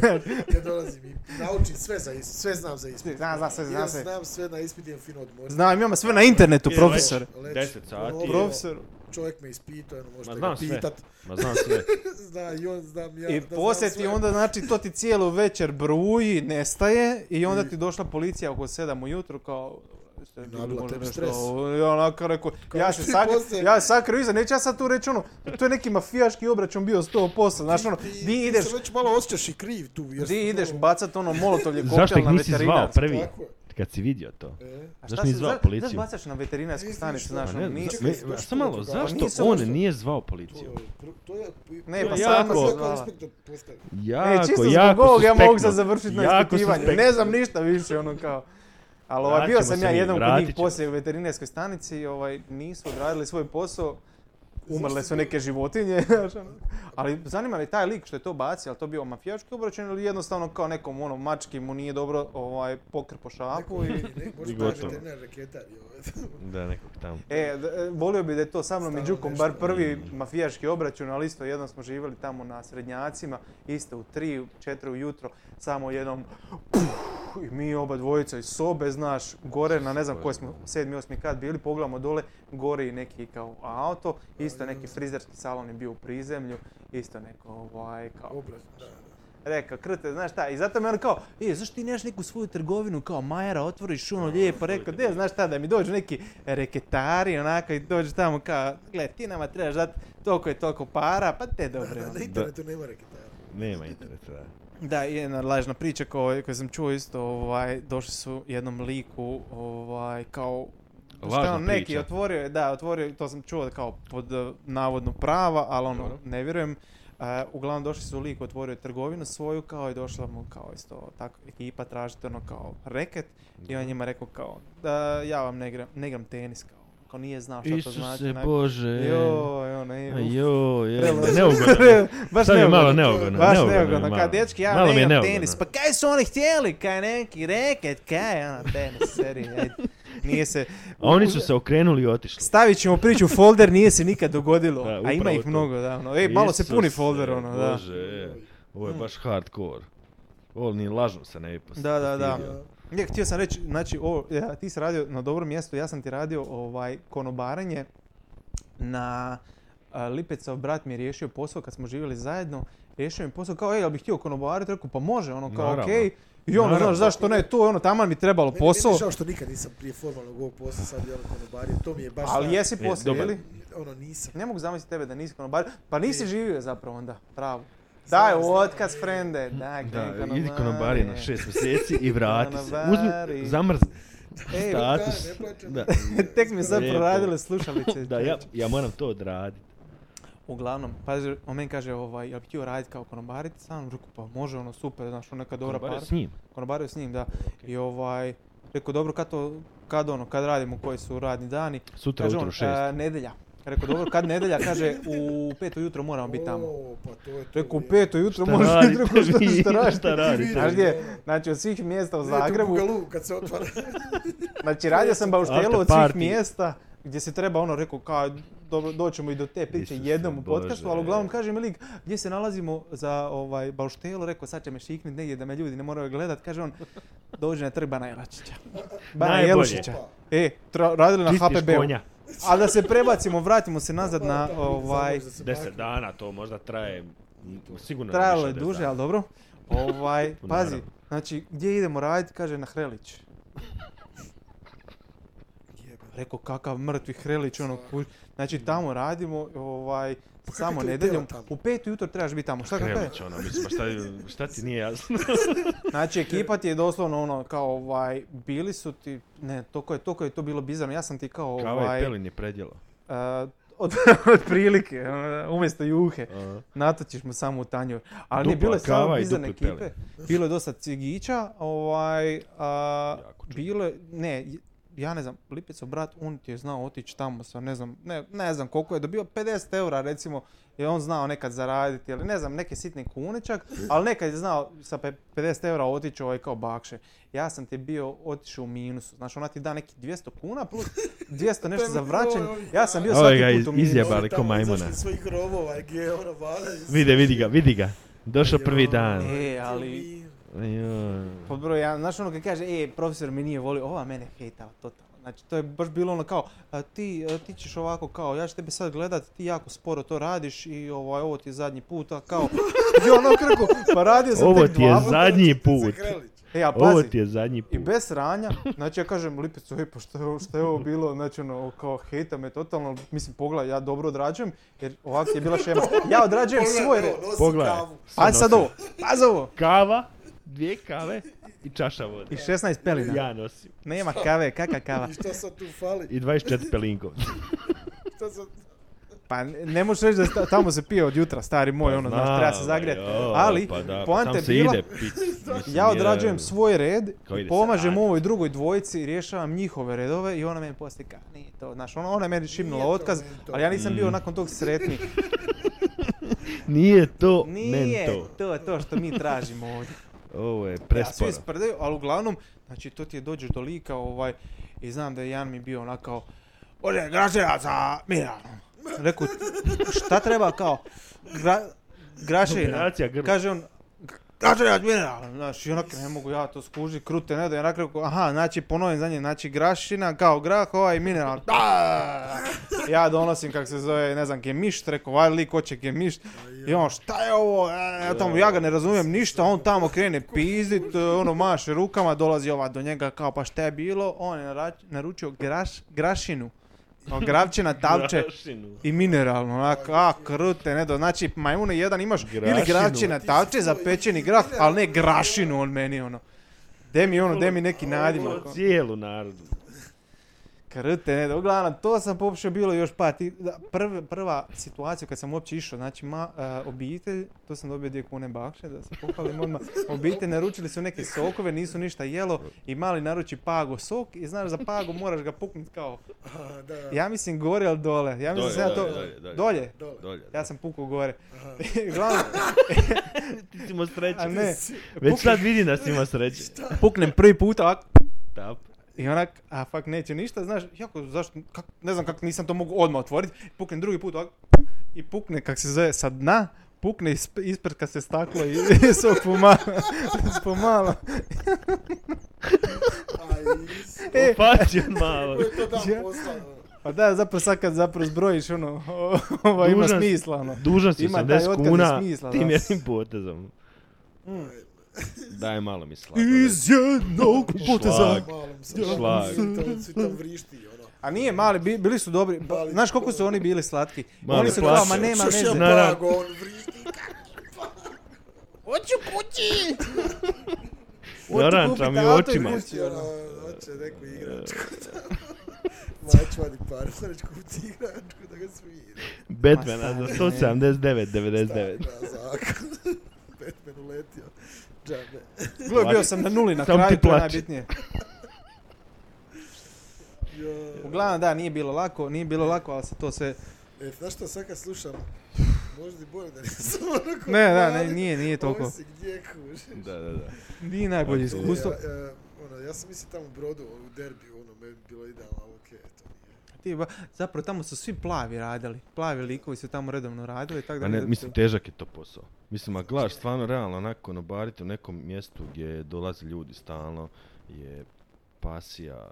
S3: Ja dolazim i naučim sve za ispit, sve znam za ispit.
S1: Znam, znam sve,
S3: Ja
S1: znam sve.
S3: znam sve na ispit, idem fino odmorim.
S1: Znam, imamo sve na internetu,
S2: Je,
S1: profesor.
S2: već.
S3: Leć,
S2: 10 sati.
S3: ono,
S1: Profesor.
S3: Čovjek me ispitao, ono možete
S2: Ma
S3: ga
S2: znam sve.
S3: pitat.
S2: Ma znam sve.
S3: Zna i on, znam ja.
S1: I
S3: da znam
S1: posjeti
S3: sve.
S1: onda, znači, to ti cijelu večer bruji, nestaje i onda ti došla policija oko 7 ujutru kao... "Jeste bili
S3: Nabila
S1: možda
S3: tebi
S1: nešto?"
S3: stres.
S1: Ja onako rekao,
S3: Kao
S1: ja
S3: što
S1: se
S3: ti
S1: sakri,
S3: poslije-
S1: ja se sakrio iza, neću ja sad tu reći ono, to je neki mafijaški obračun bio 100%, znaš ono,
S3: Ti-
S1: di ideš,
S3: Ti se već malo osjećaš i kriv tu. Jer
S1: di
S3: si
S1: ideš
S3: malo-
S1: bacat ono molotovlje
S2: Zašto
S1: koktel
S2: ih
S1: na
S2: nisi zvao
S1: veterinarski.
S2: prvi?
S3: Tako je.
S2: Kad si vidio to.
S3: E,
S1: A
S2: Zašto
S1: šta
S2: nisi
S1: se-
S2: zvao
S1: za-
S2: policiju?
S1: Zašto bacaš na veterinarsku
S3: Nisam
S1: stanicu,
S3: ništa.
S1: znaš,
S2: Pa
S1: ono,
S2: ne,
S1: nisi...
S3: nisam.
S2: ne,
S3: Zašto
S2: samo malo,
S3: to?
S2: zašto
S1: Nisam E,
S2: on
S1: zašto.
S2: nije zvao
S3: to
S2: policiju?
S3: je- to je...
S1: Ne,
S2: pa
S3: to je
S2: jako-
S3: sve kao
S1: zvala.
S3: inspektor postavi.
S1: E,
S2: Jako,
S1: čisto zbog
S2: jako
S1: ovog ja mogu
S2: suspektno.
S1: sad završiti na
S2: Jako
S1: ispitivanju.
S2: suspektno.
S1: Ne znam ništa više, ono kao. Ali ovaj, bio
S2: Vratit
S1: sam
S2: ćemo
S1: ja
S2: se mi,
S1: jednom kod
S2: vratit
S1: njih
S2: ćemo
S1: poslije u veterinarskoj stanici i ovaj, nisu odradili svoj posao. Umrle
S3: Zašto
S1: su
S3: bi-
S1: neke životinje, znaš, ono. ali zanima me taj lik što je to bacio, ali to bio mafijački obračun ili jednostavno kao nekom ono mački mu nije dobro ovaj poker po šapu i...
S3: Ne, ne,
S2: I
S3: možda je
S2: gotovo.
S3: veterinar reketar. joj.
S2: Da, nekog tamo.
S1: E, d- e, volio bi da je to sa mnom i
S3: Stalno
S1: Đukom,
S3: nešto.
S1: bar prvi mafijaški obračun, ali isto jednom smo živjeli tamo na srednjacima, isto u tri, u četiri ujutro, samo jednom puh, i mi oba dvojica iz sobe, znaš, gore na ne znam koji smo, sedmi, osmi kat bili, pogledamo dole, gore i neki kao auto, isto neki frizerski salon je bio u prizemlju, isto neko ovaj, kao,
S3: Obraz, da, da.
S1: Rekao, krte, znaš šta, i zato me on kao, e, zašto ti nemaš neku svoju trgovinu, kao Majera, otvoriš ono lijepo, rekao, de, znaš šta, da mi dođu neki reketari, onako, i dođu tamo kao, gle, ti nama trebaš dati toliko i toliko para, pa te dobre. ono."
S3: Na internetu nema reketara.
S2: Nema interneta, da.
S1: Da, i jedna lažna priča koju, koju sam čuo isto, ovaj, došli su jednom liku, ovaj, kao, šta je
S2: Lažna
S1: on, neki
S2: priča.
S1: otvorio je, da, otvorio je, to sam čuo kao pod eh, navodno prava, ali ono,
S2: Dobro.
S1: ne vjerujem. Eh, uglavnom došli su lik, otvorio je trgovinu svoju, kao i došla mu kao isto tako ekipa tražiti ono kao reket i on njima rekao kao da ja vam ne igram, ne igram tenis kao, ono, kao nije znao šta to znači.
S2: Isuse
S1: onaj-
S2: Bože.
S1: Joj, ono, je, uf.
S2: Jo, je,
S1: Prelazi.
S2: neugodno.
S1: Baš
S2: Sad mi
S1: neugodno.
S2: je malo neugodno.
S1: Baš
S2: neugodno Pa je
S1: neugodno,
S2: malo.
S1: kao dječki, ja
S2: Malo mi
S1: ne
S2: je
S1: igram
S2: neugodno.
S1: tenis, pa kaj su oni htjeli, kaj neki reket, kaj ono tenis, seri, ajde. Nije se...
S2: A oni su se okrenuli i otišli.
S1: Stavit ćemo priču u folder, nije se nikad dogodilo,
S2: Da,
S1: a ima
S2: upravo
S1: ih
S2: to.
S1: mnogo, da, ono. Ej, malo se
S2: Isuse
S1: puni folder, ono, da. Mm.
S2: Bože, je. Ovo je baš hardcore. Ovo ni lažno se ne bi pos-
S1: Da, da, da.
S2: postidio.
S1: Ne, htio sam reći, znači, ovo, ja, ti si radio na dobrom mjestu, ja sam ti radio ovaj konobarenje na a, Lipecov brat mi je riješio posao kad smo živjeli zajedno, riješio mi posao kao, ej, jel bih htio konobariti, rekao, pa može, ono, kao,
S2: Naravno.
S1: okej. I ono,
S2: Naravno.
S1: znaš, zašto ne, to je ono, taman mi trebalo
S3: Meni-
S1: posao,
S3: Meni je žao što nikad nisam prije formalnog ovog posla sad jel konobario, to mi je baš...
S1: ali
S3: žao.
S1: jesi
S2: E,
S1: poslije,
S2: dobar.
S1: jeli?
S3: Ono nisam.
S1: Ne mogu zamisliti tebe da nisi konobario, pa nisi živio zapravo onda, pravo.
S3: Znam,
S1: Daj,
S3: znam.
S1: otkaz, frende, daj,
S2: Da,
S1: kreni
S2: e, idi konobari na
S1: konobare.
S2: šest mjeseci i vrati se.
S1: Konobari.
S2: Uzmi, zamrzni
S1: Ej,
S2: status.
S3: da, ne plaćam.
S2: Da,
S1: Tek mi sad
S2: Lijepo.
S1: proradile slušalice.
S2: da ja, ja moram to odraditi.
S1: Uglavnom, pazi, on meni kaže, ovaj, jel bi htio raditi kao konobarit? Sam rekao, pa može, ono, super, znaš, ono neka dobra
S2: Konobari
S1: para.
S2: s njim.
S1: Konobario s njim, da. I ovaj, Rekao, dobro, kad to, kad ono, kad radimo, koji su radni dani?
S2: Sutra
S1: Kaže
S2: ujutro
S1: on,
S2: u šest.
S1: "E, nedjelja. Rekao, dobro, kad nedjelja? Kaže, u pet ujutro moramo biti tamo.
S3: O, pa to je to.
S1: Rekao, u
S3: vrijeme.
S1: pet ujutro
S2: Šta
S1: možeš biti
S2: radite
S1: rekao,
S2: vi?
S1: što, što radite?
S2: Šta radite
S1: Znaš
S2: vi?
S1: gdje? Znači, od svih mjesta u
S3: Ne, to je
S1: Zagrebu,
S3: Bugalu kad se otvara.
S1: Znači, radio sam bauštelu od
S2: After
S1: svih
S2: party.
S1: mjesta gdje se treba ono rekao kao dobro doćemo i do te priče
S2: Isuse
S1: jednom u
S2: Bože.
S1: podcastu, ali uglavnom kaže mi lik gdje se nalazimo za ovaj bauštelu, rekao sad će me šiknut negdje da me ljudi ne moraju gledat, kaže on dođi na trg Bana Jelačića. Bana
S2: Najbolje.
S1: Jelušića. E, tra- radili na
S2: Čistiš
S1: HPB-u.
S2: konja.
S1: A da se prebacimo, vratimo se nazad
S3: Pa,
S1: na
S3: tamo ide
S1: ovaj...
S3: samo da se
S2: Deset
S3: makne.
S2: dana to možda traje, m, sigurno
S1: Trajalo
S2: više
S1: je
S2: od deset
S1: duže,
S2: dana.
S1: ali dobro. Ovaj,
S2: Naravno.
S1: pazi, znači gdje idemo raditi, kaže na Hrelić.
S3: Jebate.
S1: Rekao kakav mrtvi Hrelić, ono,
S3: Svaka. Pa
S1: kuž- znači tamo radimo, ovaj, samo
S3: to djelo
S1: nedeljom,
S3: tamo?
S1: u pet jutro trebaš biti tamo, šta kako je?
S2: Krelić, ono, mislim, pa šta, šta ti nije jasno?
S1: Znači ekipa ti je doslovno ono, kao ovaj, bili su ti, ne, toko je, toko je to bilo bizarno, ja sam ti kao
S2: Kava i
S1: ovaj,
S2: pelin je predjelo.
S1: eh, od, od prilike, ono, umjesto juhe,
S2: A.
S1: natočiš mu samo u tanjur. Ali ne,
S2: Dupla
S1: bilo je samo
S2: kava i
S1: bizarne
S2: dupli
S1: ekipe, bilo je dosta cigića, ovaj, a,
S2: Jako čudno.
S1: bilo je, ne, ja ne znam, Lipicov brat, on ti je znao otići tamo sa, ne znam, ne, ne znam koliko je dobio, 50 eura recimo, je on znao nekad zaraditi, ili ne znam, neke sitni kune čak, ali nekad je znao sa pe- 50 eura otići ovaj kao bakše. Ja sam ti bio otišao u minusu, znači ona ti da neki 200 kuna plus 200 nešto za vraćanje, ja sam bio
S2: Ovo
S1: svaki
S2: Ovaj ga
S1: put u
S2: iz-
S1: minusu.
S2: izjebali
S3: Ovi
S2: ko
S3: tamo
S2: majmuna.
S3: izašli iz svojih rovova, je ono vale. iz-
S2: Vide, vidi ga, vidi ga. Došao
S3: Jo.
S2: prvi dan.
S1: E, ali...
S2: Joj.
S1: Pod broj jedan, znaš ono kad kaže, e, profesor me nije volio, ova mene hejtao totalno. Znači, to je baš bilo ono kao, a, ti, a, ti ćeš ovako kao, ja ću tebe sad gledat, ti jako sporo to radiš i ovaj, ovo ti je zadnji put, a kao, i ono krku, pa radio sam
S2: Ovo
S1: tek
S2: ti je
S1: dva puta.
S2: zadnji
S3: Za
S2: put.
S3: Krelić.
S1: E, a
S2: Ovo
S1: pazi,
S2: ti je zadnji
S1: i
S2: put.
S1: bez sranja, znači ja kažem Lipicu, ej, pa što je, ovo- šta je ovo bilo, znači ono, kao hejta me totalno, mislim, pogledaj, ja dobro odrađujem, jer ovako je bila šema, ja odrađujem
S3: Pogledaj, ono-
S1: svoj
S3: evo,
S1: red.
S3: nosi
S2: Pogledaj.
S3: kavu.
S1: Aj sad ovo, pazi ovo,
S2: Kava, dvije kave i čaša vode.
S1: i 16 pelina,
S2: Ja nosim.
S1: nema kave, kaka kava.
S3: I šta sad tu fali?
S2: I 24 pelinkovca.
S3: Šta sad...
S1: Pa ne ne možeš reći da sta- tamo se pije od jutra, stari
S2: Pa
S1: moj, ono, znaš, treba se
S2: Znam,
S1: zagrijati.
S2: joj,
S1: Ali,
S2: pa da, pa
S1: poanta
S2: tamo
S1: je
S2: se
S1: bila,
S2: ide pic, mislim,
S1: ja
S2: je-
S1: odrađujem svoj red
S2: Kao
S1: i
S2: ide se
S1: pomažem
S2: radi.
S1: ovoj drugoj dvojici, rješavam njihove redove i ona meni poslije kao, nije to, znaš, ono, ona, ona je meni šimnula
S3: Nije to
S1: otkaz,
S3: meni to.
S1: ali ja nisam
S2: Mm.
S1: bio nakon tog sretni.
S2: Nije to
S1: Nije
S2: mento.
S1: to to što mi tražimo ovdje.
S2: Ovo je
S1: Ja svi
S2: presporo.
S1: sprdaju, ali uglavnom, znači to ti je dođeš do lika ovaj, i znam da je jedan mi bio onakao, Ođe, grašira sa Milanom. Rekao, šta treba kao? Gra, grašina.
S2: Operacija grla.
S1: Kaže on, grašina s Milanom. Znaš, i onako ne mogu ja to skuži, krute ne da je onako rekao, aha, znači ponovim za nje, znači grašina kao grah, ovaj mineral. Da! Ja donosim kak se zove, ne znam, gemišt, rekao, ovaj lik hoće gemišt. I on, šta je ovo, E, ja, tamo, ja ga ne razumijem ništa, on tamo krene pizdit, e, ono maše rukama, dolazi ova do njega kao pa šta je bilo, on je nara- naručio graš, grašinu, kao gravčina, tavče
S2: Grašinu.
S1: i mineralno, onak, a krute, ne do, znači majmune jedan imaš ili
S2: Grašinu.
S1: gravčina, tavče za pečeni grah, ali ne grašinu on meni ono. De mi ono, de mi neki nadimak. ono.
S2: Cijelu narodu.
S1: Krte, ne, da, uglavnom, to sam popušio bilo još pa ti, da, prv- prva situacija kad sam uopće išao, znači ma, e, obitelj, to sam dobio dvije kune bakše, da se pohvalim odmah, obitelj naručili su neke sokove, nisu ništa jelo i mali naruči pago sok i znaš za pago moraš ga puknut kao,
S3: Aha, da, da.
S1: ja mislim gore ili dole, ja mislim
S2: Dolje,
S1: sam ja to,
S2: dolje, dolje, dolje.
S1: dolje,
S3: Dole.
S2: Dolje.
S1: ja sam pukao gore, uglavnom,
S2: Ti si imao sreće.
S1: a ne,
S2: Već sad vidim da si imao sreće.
S1: puknem prvi put ovako,
S2: Tap.
S1: I onak, a fak neće ništa, znaš, jako, zašto, kak, ne znam kako nisam to mogu odmah otvoriti, puknem drugi put ovako, i pukne, kak se zove, sa dna, pukne isp, ispred kad se staklo i, i sok pomalo, pomalo.
S3: Aj, is-
S1: E.
S2: Opačen malo.
S3: Ko je to dan
S1: Ja-
S3: posla? ono.
S1: Pa da, zapravo sad kad zapravo zbrojiš, ono, ovo ima
S2: Dužan-
S1: smisla, ono.
S2: Dužan si
S1: Ima taj
S2: 80
S1: otkaz i
S2: kuna
S1: smisla,
S2: tim
S1: da.
S2: jednim potezom. Daj malo mi slatko.
S1: Iz jednog poteza.
S2: Šlag.
S3: Malom sam.
S2: Šlag.
S3: Svi Svi tam vrišti, ono.
S1: A nije mali, bi- bili su dobri, ba-
S3: Mali.
S1: znaš koliko su oni bili slatki?
S2: Mali
S1: oni su
S2: plaće.
S1: kao, ma nema
S3: Šošo
S1: veze.
S2: na- Naravno.
S3: blago, on vrišti.
S2: Naranča mi u
S1: Hoću kupit auto i
S2: očima.
S1: kuću. Ti, ono.
S3: Ja, znači, Hoće neku igračku. Mać vadi par, sad neću kupiti igračku da ga svira.
S2: Batmana
S1: Ma
S2: za
S1: stari,
S2: 179,99.
S3: Da, zakon. Batman uletio. Džabe.
S1: Gle, bio sam na nuli na
S2: Samo ti
S1: kraju, to je
S2: plače.
S1: najbitnije. Uglavnom, da, nije bilo lako, nije bilo lako, ali se to sve...
S3: E, znaš što, sad kad slušam, možda i bolje da nisam ono onako...
S1: Ne, da, ne,
S3: mladi.
S1: nije, nije toliko.
S3: Ovisi gdje kužiš.
S2: Da, da, da.
S1: Nije najbolje
S2: Okej.
S1: iskustvo.
S3: Ja, ja, ono, ja sam mislio tamo u Brodu, u derbiju, ono, meni bi bilo idealno, ali okej, to nije.
S1: Ti, ba- zapravo tamo su svi plavi radili. Plavi likovi su tamo redovno radili, tako da...
S2: A ne,
S1: ne bi
S2: mislim,
S1: to-
S2: težak je to posao. Mislim, a gledaš stvarno realno onako nobariti u nekom mjestu gdje dolaze ljudi stalno je pasija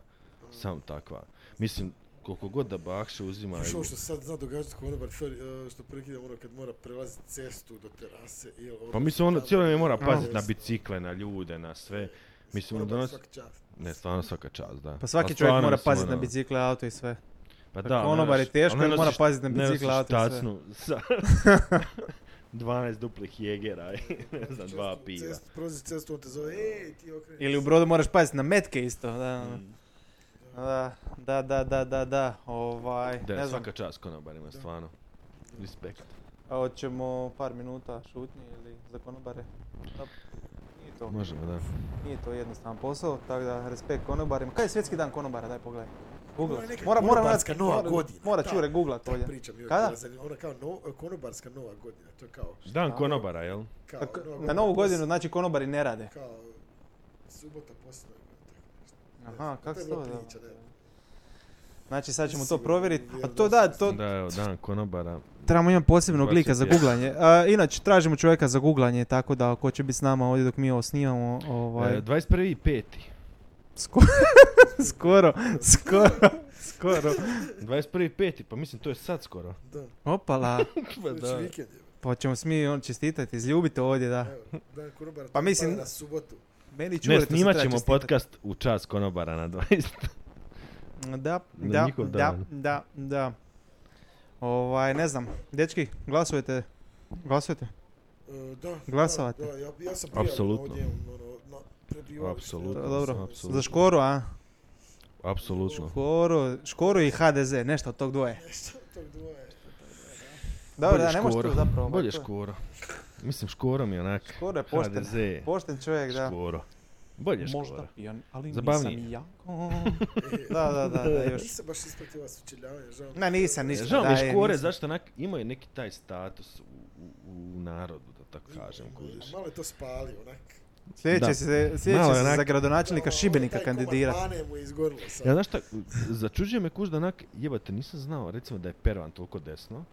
S2: sam takva. Mislim, koliko god da bakše uzima...
S3: Još ovo što se sad zna događati kod konobar, sorry, e, što prekidam ono kad mora prelaziti cestu do terase ili ono...
S2: Pa mislim, ono cijelo ne mora
S1: Aha.
S2: paziti na bicikle, na ljude, na sve. Mislim, ono
S3: Konobar
S2: donosi...
S3: svaka čast.
S2: Ne, stvarno svaka čast,
S1: Pa
S2: da. Ali
S1: svaki čovjek
S2: stvarno,
S1: mora
S2: mislim,
S1: paziti na
S2: ono,
S1: bicikle, auto i sve.
S2: Pa
S1: Pa
S2: da,
S1: konobar je
S2: nosiš-
S1: teško,
S2: ono,
S1: jer mora
S2: nosiš-
S1: paziti na
S2: ne nosiš
S1: bicikle, auto i sve.
S2: tacnu sa 12 duplih jegera i ne znam, dva
S3: Često
S2: piva.
S3: Cestu, prolazi cestu, on te zove, ej, ti okreni.
S1: Ili u brodu moraš paziti na metke isto, da.
S2: Mm.
S1: Da, da, da, da, da, da, ovaj,
S2: Da,
S1: ne znam,
S2: svaka čast konobarima, stvarno. Respekt.
S1: a hoćemo par minuta šutnje ili za konobare? Da, Nije to,
S2: Možemo, da.
S1: nije to jednostavan posao, tako da respekt konobarima. Kaj je svjetski dan konobara, daj pogledaj. Google,
S3: Ovo je neka
S1: mora, mora,
S3: konobarska nova
S1: mora-
S3: godina,
S1: Mora
S3: da.
S1: čure googlat
S3: Ta
S1: ovdje.
S3: priča mi je
S1: Kada?
S3: bila zanimljiva, Ona ono kao no, konobarska nova godina, to je kao...
S2: Dan konobara, jel?
S3: kao
S1: Tako,
S3: nova
S1: Na
S3: godina
S1: novu
S3: poslije-
S1: godinu, znači konobari ne rade.
S3: Kao subota poslije nove godine, tako nešto.
S1: Aha,
S3: To je
S1: kako se
S3: bila
S1: to da?
S3: priča, da.
S1: Znači sad ćemo to
S3: Sigurno,
S1: provjeriti, a
S3: vjerodostojno.
S1: to da, to,
S2: Da, evo, dan konobara.
S1: Trebamo imati posebnog lika za
S2: 21.
S1: guglanje. A, inače, tražimo čovjeka za guglanje, tako da ko će biti s nama ovdje dok mi ovo snimamo, ovaj...
S2: E, 21.5.
S1: Skoro, skoro, skoro, skoro.
S2: 21.5. Pa mislim, to je sad skoro.
S3: Da,
S1: Opala,
S2: Pa
S3: već
S2: da.
S3: vikend je.
S1: pa ćemo smi on čestitati, izljubite ovdje, da.
S3: Evo, dan konobara
S1: Pa
S3: to
S1: mislim-
S3: pada na subotu.
S1: Meni čure,
S2: Ne,
S1: to se
S2: snimat
S1: treba
S2: ćemo
S1: čestitati.
S2: podcast u čas konobara na 20.
S1: Da,
S2: Na
S1: da,
S2: njihov
S1: da,
S2: dan.
S1: da, da. Ovaj, ne znam, dečki, glasujete, glasujete.
S3: E, da,
S1: Glasovate?
S3: Da, da, ja, ja sam prijavljen
S2: Apsolutno.
S3: ovdje, ono, na prebivalište.
S2: Apsolutno,
S1: To je dobro.
S2: apsolutno.
S1: Za Škoru, a?
S2: Apsolutno.
S1: Škoru, Škoru i HDZ, nešto od tog dvoje.
S3: Nešto od tog dvoje.
S1: Dobro,
S2: Bolje
S1: da, ne možeš
S2: Škoro.
S1: tu zapravo. ovaj,
S2: Bolje
S1: to je-
S2: škoro. Mislim, škoro mi je onak.
S1: Škoro je pošten.
S2: HDZ.
S1: Pošten čovjek, da.
S2: Škoro. Bolje
S1: Možda
S2: škoro.
S1: pijan, ali
S2: Zabavnije.
S1: nisam jako.
S3: E,
S1: Da, da, da, da, još.
S3: Nisam baš ispratio vas učeljavanje, žao. mi
S1: Ne,
S3: je.
S1: nisam, nisam.
S2: E, Žao mi
S1: da,
S2: je
S1: je,
S2: škore,
S1: nisam.
S2: zašto onak imaju neki taj status u, u, u narodu, da tako kažem, kužiš.
S3: A Malo je to spali, onak. Ono,
S1: Sljedeće
S2: Da.
S1: se, sljedeće
S2: Malo
S1: se
S2: onak-
S1: za gradonačelnika Šibenika kandidirati.
S3: Taj komad mu je izgorilo sad.
S2: Ja znaš šta, začuđuje me kuž da onak, jebate, nisam znao recimo da je Pervan toliko desno.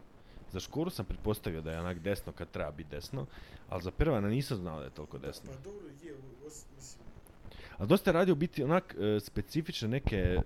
S2: Za Škoru sam pretpostavio da je onak desno kad treba biti desno, ali za Pervana nisam znao da je toliko desno.
S3: Pa dobro je, u- os- mislim,
S2: A dosta je radio biti onak e, specifične neke e,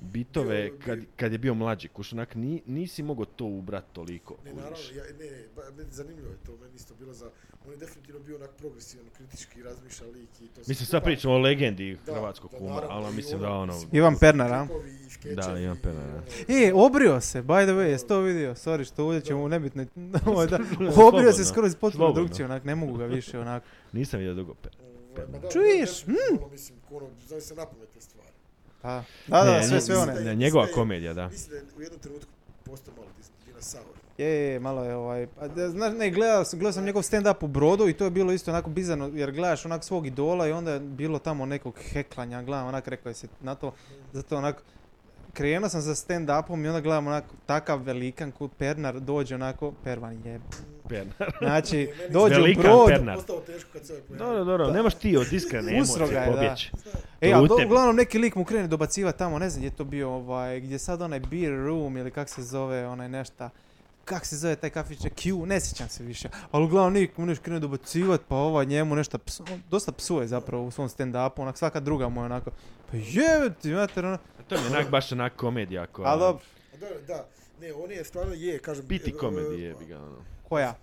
S2: bitove
S3: Bio je-
S2: kad, kad je bio mlađi, kuš onak ni, nisi mogao to ubrat toliko,
S3: ne, naravno,
S2: kužiš.
S3: ja, ne, ne, ba, meni zanimljivo je to, meni isto bilo za, on je definitivno bio onak progresivan, kritički razmišlja lik i to
S2: Mislim, sad pričamo o legendi hrvatskog
S3: da,
S2: kuma,
S3: naravno,
S2: ali
S3: i
S2: mislim
S3: ono,
S2: da ono...
S3: mislim,
S1: Ivan Pernar, a?
S3: Klipovi i skečevi
S2: Da, Ivan
S3: i
S2: Pernar, da.
S3: ono-
S1: E, obrio se, by the way, jes to vidio? Sorry što ulje ćemo nebitno. Ovo je da-
S2: Slobodno.
S1: Obrio se skoro iz potpuno
S2: Slobodno.
S1: drugčije, onak, ne mogu ga više, onak.
S2: Nisam vidio dugo Pervana.
S3: Ovaj, ma da,
S1: Čuješ?
S3: da, definitivno, ono, Mislim, ono, znaju se napamet te stvari.
S1: Pa, Da, da,
S2: Ne,
S1: sve,
S2: ne,
S1: sve one.
S2: ne,
S3: Staje-
S2: njegova
S3: staje.
S2: komedija, da.
S3: Mislim da je u jednom trenutku postao malo dis- dinosaur.
S1: Je, je, je, malo je ovaj, a da, znaš, ne, gledao sam, gledao sam njegov stand up u Brodu i to je bilo isto onako bizarno, jer gledaš onak svog idola i onda je bilo tamo nekog heklanja, gledam onak, rekao je se na to, zato onak, krenuo sam sa stand upom i onda gledam onak, takav velikan ko Pernar dođe onako, Pervan je,
S2: Pernar.
S1: znači,
S3: Meni je
S1: dođe u
S2: velikan
S1: Brod,
S2: Pernar.
S3: Postao teško kad se ovaj pojavio.
S2: Dobro, dobro, nemaš ti od iskrene emocije
S1: Usro ga je, da.
S2: pobjeći.
S1: e,
S2: to
S1: a
S2: u
S1: do-
S2: tebi.
S1: uglavnom neki lik mu krene dobacivati tamo, ne znam gdje je to bio, ovaj, gdje je sad onaj beer room ili kak se zove, onaj nešta, kak se zove taj kafić, Q, ne sjećam se više, ali uglavnom nik mu nešto krene dobacivat, pa ovaj njemu nešto, ps, on dosta psuje zapravo u svom stand-upu, onak svaka druga mu je onako, pa jebe ti, mater, ono,
S2: To mi je onak baš onak komedija koja...
S1: ali dobro,
S3: A dobro, da. Ne, on je stvarno je, kažem...
S2: Biti
S3: e,
S2: komedije,
S3: e,
S2: jebi ga, ono.
S1: koja?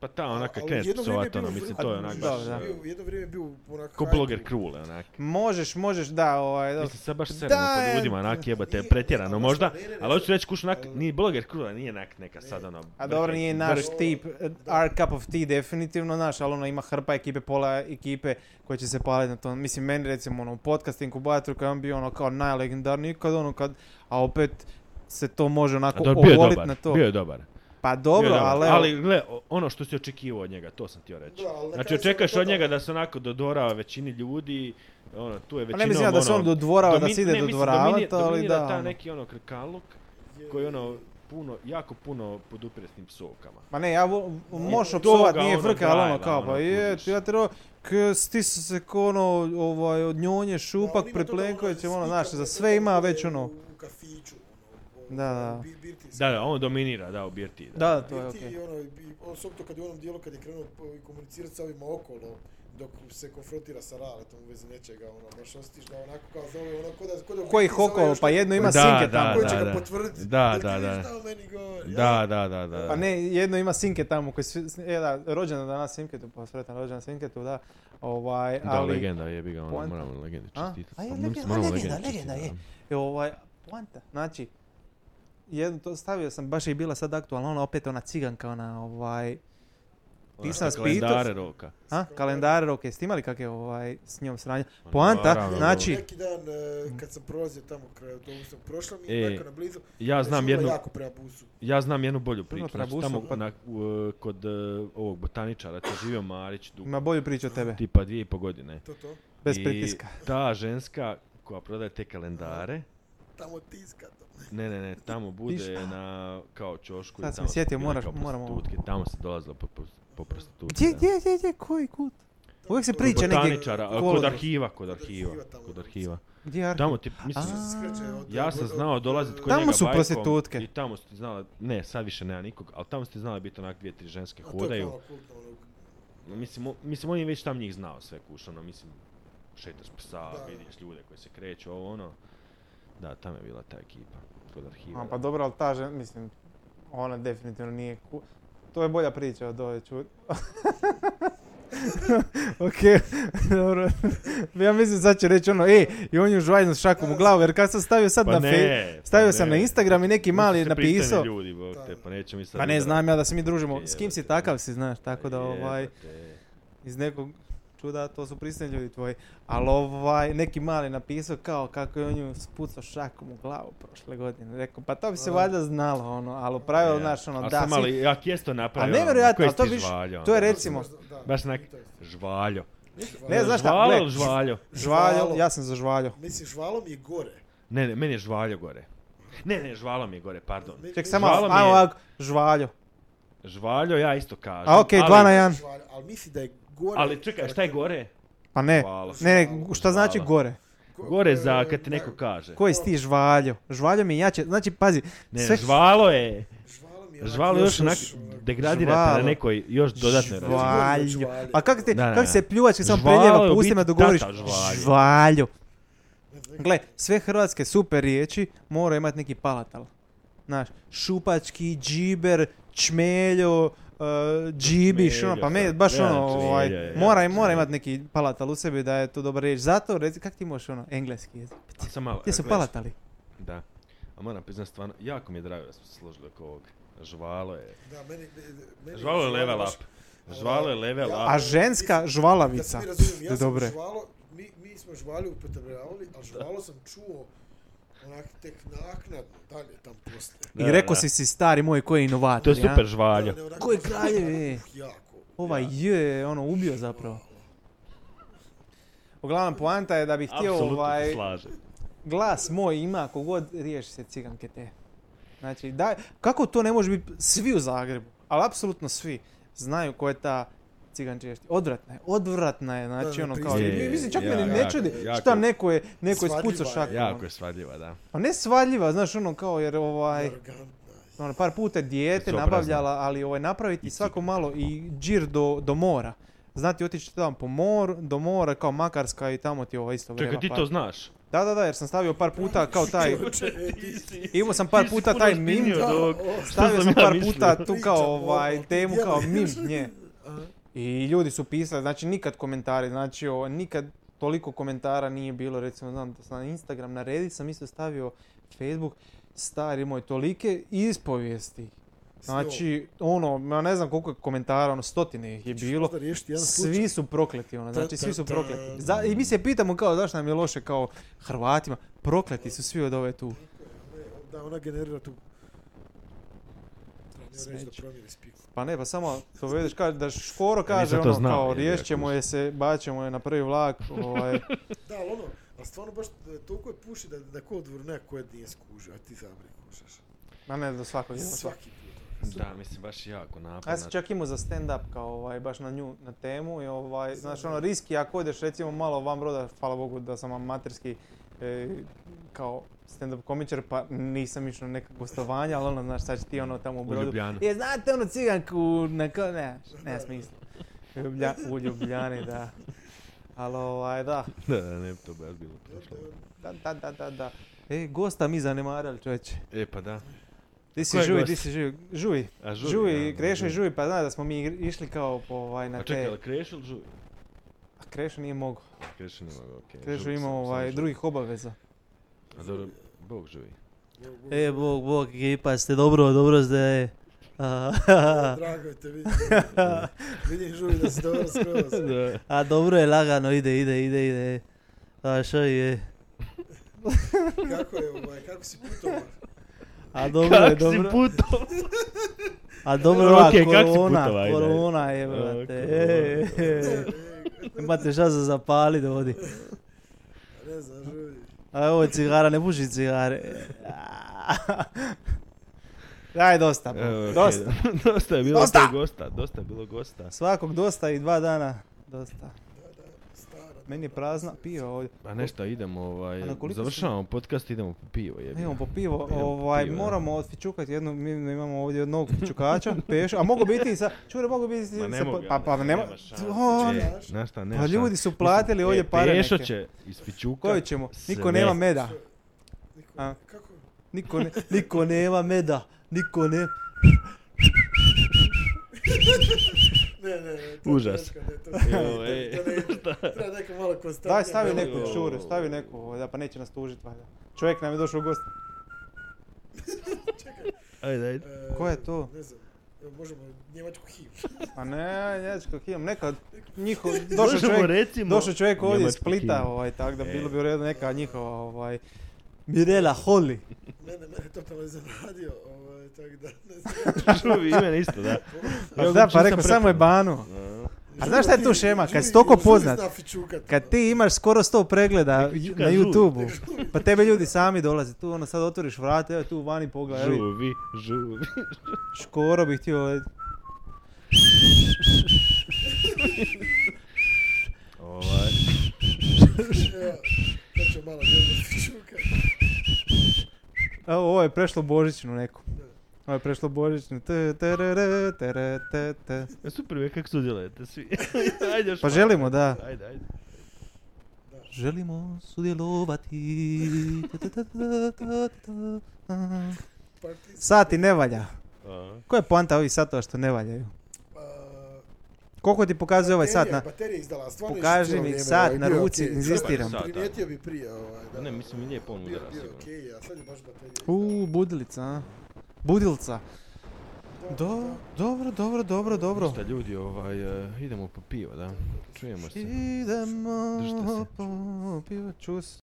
S2: Pa ta onaka
S3: ali
S2: kreneš
S3: jedno vrijeme je
S2: psovat, ono,
S3: bio
S2: mislim,
S3: vrlo-
S2: to je onak
S1: Da,
S2: baš...
S1: da.
S2: eh,
S3: Bio- Jedno vrijeme je bio onak...
S2: Ko
S3: hype-u.
S2: bloger krule, onak.
S1: Možeš, možeš, da, ovaj, dobro.
S2: Mislim, sad baš seremo
S1: Da, ono
S2: po ljudima, onak, jebate,
S3: nije-
S2: pretjerano
S3: ali
S2: možda,
S3: možda, ne, ne, ne,
S2: ali hoću
S3: ne.
S2: reći, kuš, onak, ni bloger krule, nije onak neka sad, ono...
S1: A dobro,
S2: vrh-
S1: nije naš
S2: vrh-
S3: vrh-
S1: tip, eh, our cup of tea definitivno naš, ali ono ima hrpa ekipe, pola ekipe koje će se paliti na to. Mislim, meni recimo ono, u podcast inkubatoru koji je on bio ono kao najlegendarniji, kad ono kad, a opet se to može
S2: A
S1: onako
S2: dobro, bio je
S1: ogolit
S2: dobar,
S1: na to.
S2: bio je dobar.
S1: Pa dobro,
S2: Vjerujem.
S1: ali...
S2: ali gle, o- ono što si očekivao od njega, to sam ti reći.
S3: Da, ali na
S2: Znači,
S3: kraju se
S2: očekuješ od
S3: dodao.
S2: njega da se onako dodorava većini ljudi, ono, tu je
S1: Pa
S2: većinom...
S1: ne mislim ja da se
S2: ono,
S1: on dodvorava, da
S2: domin-
S1: se ide
S2: ne, mislim,
S1: dodvoravati,
S2: dominira-
S1: ali
S2: dominira
S1: da.
S2: ta
S1: ono.
S2: neki ono krkaluk koji ono puno, jako puno podupire s tim psovkama.
S1: Ma ne, ja vo- možeš
S2: toga
S1: opsovat, nije
S2: ono
S1: frka, ali ono
S2: grajla,
S1: kao,
S2: ono,
S1: pa je,
S2: kužiš.
S1: ti ja te ro- k, stisu se ko ono, ovaj, od njonje, šupak, pred Plenkovićem, ono, znaš, za sve ima već ono.
S3: U kafiću, ono. o-
S1: Da, da.
S3: bi- birtijski.
S2: Da, da, on dominira, da, u Birtiji. Da.
S1: Da, da, to je
S3: Birtiji,
S1: okej.
S3: ono, i- osobito kad je u onom dijelu kad je krenuo po- i komunicirati sa ovima okolo, dok se konfrontira sa Raletom u vezi nečega, ono, baš osjetiš da onako kao zove, ono, ko da... Ko da
S1: Kojih okolo, pa jedno ima
S2: Da,
S1: sinke
S2: da,
S1: tamo.
S3: Koji će
S2: da.
S3: ga potvrditi?
S2: Da,
S3: jer ti
S2: da,
S3: vidiš
S2: da.
S3: šta on meni govori.
S2: Da, da, da, da.
S1: Pa ne, jedno ima sinke tamo koji svi, e da, rođena danas Simketu, pa sretan rođena Simketu, da. Ovaj,
S2: Da,
S1: ali,
S2: legenda je, bi ga, ono,
S1: Poanta.
S2: moramo legendi
S1: A?
S2: čestitati.
S1: A je
S2: Moramo-
S1: legenda,
S2: moramo Ono,
S1: legenda,
S2: legendi
S1: legenda je.
S2: čestitati,
S1: E, ovaj, poanta, znači, jedno to stavio sam, baš je i bila sad aktualna, ona opet ona ciganka, ona ovaj,
S2: da.
S1: Ti sam
S2: Ona
S1: vas
S2: sa
S1: pitao-
S2: ono, kalendare roka.
S1: a, kalendar, ok, ste imali kakve ovaj, s njom sranja?
S2: Ma
S1: Poanta,
S2: Pa naravno.
S1: znači,
S3: Ono, Neki dan e, kad sam prolazio tamo kraj autobusa u prošlom i
S2: E,
S3: onako na blizu,
S2: Ja
S3: me
S2: znam
S3: žula
S2: jednu,
S3: jako prema busu.
S2: ja znam jednu bolju
S1: Prvo
S2: priču. Znači,
S1: trabusom,
S2: tamo
S1: pa-
S2: na, u, e, kod e, ovog botaničara, to je živio Marić, dugo,
S1: ima bolju priču od tebe,
S2: tipa dvije i po godine.
S3: To to.
S1: bez
S2: I
S1: pritiska.
S2: ta ženska koja prodaje te kalendare,
S3: Tamo tiska to.
S2: ne, ne, ne, tamo bude
S1: Viš-
S2: na kao čošku. i
S1: Sad sam
S2: tamo su
S1: sjetio,
S2: bile
S1: moraš-
S2: kao
S1: moramo-
S2: prostitutke, Tamo se dolazilo po, po, po prostitutke.
S1: Gdje,
S2: da.
S1: gdje, gdje, gdje, koji kut? Uvijek se
S3: Kod
S1: priča negdje,
S2: Botaničara, a, kod
S1: kolodvor.
S2: arhiva, kod arhiva,
S3: arhiva tamo.
S2: kod arhiva.
S1: gdje je arhiv?
S2: Tamo ti, mislim,
S1: A.
S3: Skreće od-
S2: ja sam
S3: od- od-
S2: znao dolazit kod
S1: Tamo
S2: njega
S1: su
S2: bajkom
S1: prostitutke.
S2: I tamo su ti znala, ne, sad više nema nikog, ali tamo su ti znala biti onak dvije, tri ženske
S3: A to je
S2: hodaju.
S3: kao kultno, ono,
S2: Mislim, o- mislim, on je već tam njih znao sve, kuš, ono, mislim, šetaš psa,
S3: Da.
S2: vidiš ljude koji se kreću, ovo, ono. Da, tam je bila ta ekipa, kod arhiva.
S1: A,
S2: da.
S1: pa dobro, ali ta žena, mislim, ona definitivno nije ku... To je bolja priča od ove ču... ok, dobro. ja mislim sad će reći ono, ej, i on je žvajnu šakom u glavu, jer kad sam stavio sad
S2: Pa
S1: na
S2: ne,
S1: fe...
S2: pa
S1: Stavio
S2: ne.
S1: sam na Instagram i neki
S2: Nisu
S1: mali je
S2: se pristojni
S1: napisao.
S2: ljudi, bog te, pa neće mi sad...
S1: Pa ne,
S2: udarat.
S1: znam ja da se mi družimo. S
S2: Jebote.
S1: kim si takav si, znaš, tako da
S2: Jebote.
S1: ovaj, iz nekog čuda, to su pristojni ljudi tvoji. Ali ovaj, neki mali je napisao kao kako je on nju spucao šakom u glavu prošle godine. Rekao, pa to bi se
S3: A.
S1: valjda znalo, ono, ali u pravilu, znaš, ono, da,
S2: A Pa sam
S1: svi-
S2: mali, ja kesto napravio.
S1: A nevjerojatno,
S2: ono,
S1: ali to
S2: koji si
S1: viš-
S2: žvaljo,
S1: to je
S2: ono,
S3: baš-
S1: recimo-
S3: da,
S2: Baš nak,
S3: to je isto.
S2: žvaljo.
S1: Ne, znaš šta,
S2: Žvaljo
S1: gle.
S2: ili žvaljo?
S1: Žvaljo,
S3: Žvalo.
S1: ja sam za žvaljo.
S3: Mislim, žvalom je gore.
S2: Ne, ne, meni je žvaljo gore. Ne, ne, žvalo mi je gore, pardon.
S3: Ne-
S1: Ček,
S3: ne-
S1: samo,
S2: Žvalo mi
S1: ajmo
S2: je-
S1: ovako, žvaljo.
S2: Žvaljo ja isto kažem.
S1: A okej,
S2: ali-
S1: 2 na 1.
S3: žvalj- ali misli da je gore.
S2: Ali čekaj, šta je gore?
S1: Pa ne,
S2: Hvala.
S1: ne, ne, šta
S2: Žvalo.
S1: znači gore?
S3: Go-
S2: Gore za
S3: e,
S2: kad ti
S3: da,
S2: neko kaže.
S1: Koji si ti žvaljo? Žvaljo mi je jače, znači pazi,
S2: Ne,
S1: sve-
S2: žvalo je.
S3: Žvalom je onak
S2: Žvalo još onak
S3: onak-
S2: degradira te na
S1: Žvalo.
S2: nekoj još dodatnoj
S3: Žva-
S2: razini.
S1: žvaljo.
S3: Žvaljo.
S1: A kako te,
S2: Da, da,
S1: kako
S2: da.
S1: se pljuvački samo
S2: Žvaljo je
S1: preljeva,
S2: u
S1: pusti me
S2: biti
S1: da govoriš
S2: tata žvaljo.
S1: žvaljo.
S3: Ne znam,
S1: Gle, sve hrvatske super riječi moraju imati neki palatal. Znaš, šupački, džiber, čmeljo, uh, džibiš, ono, pa me, baš
S2: Ja,
S1: ono,
S2: čmelja,
S1: ovaj,
S2: ja,
S1: mora,
S2: čmelja.
S1: mora imati neki palatal u sebi da je to dobra riječ. Zato, reci, kak ti možeš ono, engleski jezik?
S2: Sam malo,
S1: Gdje su
S2: gledaš,
S1: palatali?
S2: Da. A moram priznat stvarno, jako mi je drago da smo se složili oko ovog. Žvalo je.
S3: Da, meni, meni
S2: Žvalo je level up. Žvalo je level
S3: Ja-
S1: A
S2: up.
S1: ženska
S3: Da
S1: žvalavica.
S3: se mi razumijem, ja
S1: Da,
S3: sam
S1: dobre.
S3: žvalo, mi, mi smo žvalju upotrebljavali, ali žvalo sam čuo onak tek naknadno, dalje tam poslije.
S1: I rekao si si stari moj koji je inovator.
S2: To je
S1: ja?
S2: super žvaljo.
S3: Da, ne, onako
S1: Koji
S3: baš
S1: kraljevi, ej.
S3: uh, Jako.
S1: Ovaj je je ono ubio zapravo. Uglavnom poanta je da bih htio
S2: Apsolutno se
S1: ovaj
S2: slažem.
S1: glas moj ima kogod riješi se ciganke te. Znači, da, kako to ne može biti svi u Zagrebu, ali apsolutno svi znaju ko je ta cigančešti. Odvratna je, odvratna je, znači
S3: Da,
S1: ono
S3: da,
S1: kao,
S2: priznajem.
S1: mislim čak
S2: Je,
S1: mene
S2: jako,
S1: ne čudi
S2: jako.
S1: šta neko je, neko je
S3: Svadljiva
S1: spucao
S3: je.
S1: šakom.
S2: Jako je svadljiva, da.
S1: A ne svaljiva, znaš ono kao jer ovaj,
S3: Arogantna.
S1: ono, par puta je dijete
S2: Bezobrazna.
S1: nabavljala, ali ovaj, napraviti
S2: I
S1: svako malo i džir do, do mora. Znati otići tamo po moru, do mora, kao Makarska i tamo ti ova isto vrela
S2: Čekaj, ti
S1: par.
S2: to znaš?
S1: Da, da, da, jer sam stavio par puta kao taj,
S3: Čovječe, e, ti si-
S1: Imao sam par
S2: Ti si
S1: puta
S2: puno
S1: taj mim,
S2: ozbiljniji od
S3: Da,
S2: ovog.
S3: o,
S1: stavio
S2: sam
S1: sam
S2: ja
S1: par
S2: mislio?
S1: puta tu
S3: Pričamo,
S1: kao ovaj
S3: ono,
S1: temu kao mim,
S3: djeluješ.
S1: nje.
S3: A,
S1: I ljudi su pisali, znači nikad komentari, znači ovo, nikad toliko komentara nije bilo, recimo znam da sam na Instagram, na Reddit sam isto stavio Facebook, stari moj, tolike ispovijesti. Znači, ono, ja ne znam koliko je komentara, ono, stotine ih je
S2: Znači,
S3: Ćeš
S1: bilo.
S3: možda riješiti jedan slučaj.
S1: Svi su prokleti, ono, znači svi su
S3: Ta-ta-ta.
S1: prokleti. Za- I mi se pitamo kao zašto nam je loše kao Hrvatima,
S3: E,
S1: prokleti su svi od ove tu.
S3: Da, ona generira tu Ne reći da
S1: Smeće.
S3: promijeni spiku.
S1: Pa ne, pa samo dovedeš, kaže, da Škoro kaže
S2: Nisam to
S1: ono
S2: znao,
S1: kao
S2: je, da,
S1: riješit ćemo
S2: kužiš.
S1: je se, baćemo je na prvi vlak, ovaj,
S3: Da, ali ono, ali stvarno baš e, toliko je puši da, da ko odvrne koje nije skužio, a ti zabri kušaš.
S1: ma ne, da svako je.
S3: Svaki put. ono,
S2: Da, mislim, baš jako
S1: A ja sam
S2: napadno.
S1: čak imao za stand-up kao ovaj, baš na nju, na temu i ovaj, znaš ono, riski ako odeš recimo malo van broda, hvala Bogu da sam amaterski e, kao stand-up komičar, pa nisam išao na neka gostovanja, ali ono, znaš, sad će ti ono tamo u
S2: U
S1: brodu.
S2: Ljubljanu.
S1: Je, znate ono ciganku, na ko, ne, ne smisla. U Ljublja- u Ljubljani, da. Ali ovaj, da,
S2: Da, da, ne bi to baš bilo prošlo.
S1: da, da, da, da, da. E, gosta mi zanemarali, čovječe.
S2: E, pa da.
S1: Di si
S2: Ko je
S1: žuj,
S2: gost?
S1: di si žuj. Žuj,
S2: A Žuj,
S1: žuj,
S2: da,
S1: Krešo i
S2: Žuj.
S1: žuj, pa zna da smo mi išli kao po ovaj, na
S2: A
S1: te...
S2: čekaj, ali Kreš ili Žuj?
S1: A Krešo nije mogao.
S2: Krešo nema ga, okej.
S1: Krešo
S2: Žuj
S1: ima
S2: sam-
S1: ovaj,
S2: samo Žuj.
S1: drugih obaveza.
S2: A dobro, Bog Žuj.
S4: E, bog, bog, ekipa, ste dobro, dobro ste. A,
S3: Drago je te vidim. vidim žuvi da si dobro skroz.
S2: Da.
S4: a dobro je lagano, ide, ide, ide, ide. A što je?
S3: Kako je, ovaj, kako si putovao?
S4: A dobro je, dobro.
S2: puto?
S4: A dobro,
S2: Dobro,
S4: ova
S2: okej, kak si
S4: korona,
S2: putova, ajde, ajde.
S4: korona je, brate. E,
S2: korona.
S4: e, Imate šta za zapalit vodi.
S3: Ne znam, žuvi.
S4: A evo je cigara, ne puši cigare.
S1: Daj, dosta. bro. dosta.
S2: dosta je bilo
S1: Dosta!
S2: tog gosta, dosta je bilo gosta.
S1: Svakog dosta i dva dana. Dosta.
S3: Stara.
S1: Meni je prazna piva ovdje.
S2: Pa nešto, idemo, ovaj,
S1: A na koliko si-
S2: završavamo podcast, idemo po pivo, jebi.
S1: Imamo po pivo,
S2: Idemo po
S1: ovaj,
S2: pivo, da.
S1: moramo odfičukati jednu, mi imamo ovdje jednog fičukača, pešu, a mogu biti i sa, čure, mogu biti
S2: Ma ne
S1: sa,
S2: mogu,
S1: pa, pa,
S2: ali
S1: nema,
S2: nema šanse.
S1: O,
S3: E,
S1: ne.
S2: Znaš šta, ne
S1: pa ljudi su platili ovdje pare
S2: Pešo
S1: neke.
S2: e, će iz Pićuka.
S1: Koju ćemo?
S2: sve.
S1: Niko nema meda,
S3: Niko,
S1: A.
S3: kako?
S1: niko ne,
S4: Niko nema meda, niko ne...
S3: Ne, ne, ne. to
S2: Užas.
S3: teško, ne, to-
S2: Evo, ej,
S3: to ne ide. Treba neka malo konstantnija.
S1: daj stavi
S3: melodija.
S1: neku čuru, stavi neku, ovaj, da pa neće nas tužiti, valjda. Čovjek nam je došao u gost,
S2: Ajde, ajde.
S3: E,
S1: Ko je to?
S3: Ne znam. Evo, možemo njemačku himnu.
S1: a Pa ne, nječko, hijem, nekad njihov, došao
S2: Možemo
S1: čovjek,
S2: recimo...
S1: Došao čovjek ovdje iz
S2: Njemački
S1: Splita,
S2: himn.
S1: ovaj, tako da
S2: E.
S1: bilo bi u redu neka njihova, ovaj, Mirela Holly.
S3: Mene, mene totalno iznenadio, ovaj, tako da ne znam.
S2: Čuvi ime isto, da.
S1: A da,
S2: Ja ga
S1: pa
S2: čisto
S1: rekao, samo je
S2: prepoznao.
S1: banu. A znaš šta je tu šema? Kad si toliko poznat,
S3: ono.
S1: kad ti imaš skoro 100 pregleda
S2: Neki
S1: na
S2: Đuka Žuvi.
S1: YouTube-u, pa tebe ljudi sami dolaze tu, ono sad otvoriš vrata, evo tu vani pogledaj, Pa evo,
S2: Žuvi, žuvi.
S1: škoro bih htio ovaj,
S2: Ovaj.
S3: To ću malo njemačku fičuka.
S1: evo, ovo je prešlo božićnu neku. Ovo je prešlo božićnu. T, terere, tere, te, te.
S2: E, Super, vi kako sudjelujete svi. ajde još
S1: Pa
S2: malo.
S1: želimo, da.
S2: Ajde, ajde.
S4: Želimo sudjelovati. Ta, ta, ta, ta, ta, ta.
S3: Partizan,
S1: Sati ne valja.
S2: A.
S1: Koja je poanta ovih satova što ne valjaju?
S3: a,
S1: Koliko ti pokazuje ovaj sat
S3: pa- baterija-
S1: na...
S3: Baterija izdala, stvarno
S1: Pokaži
S3: iščitila
S1: mi
S3: vrijeme,
S1: sat
S3: ovaj,
S1: na
S3: bio je
S1: ruci,
S3: okej.
S1: inzistiram.
S3: Sad,
S2: Sat, da.
S3: Primijetio bi prije, ovaj, da.
S2: Ne, mislim, mi nije pun
S3: Bio,
S2: udara
S3: bio
S2: sigurno.
S3: okej, a sad je baš baterija.
S1: U, budilica, a? Budilca. Do, dobro, dobro, dobro, dobro.
S2: Šta ljudi, ovaj, e, idemo po pivo, da? Čujemo se.
S1: Idemo
S2: Držite se.
S1: po pivo, čus.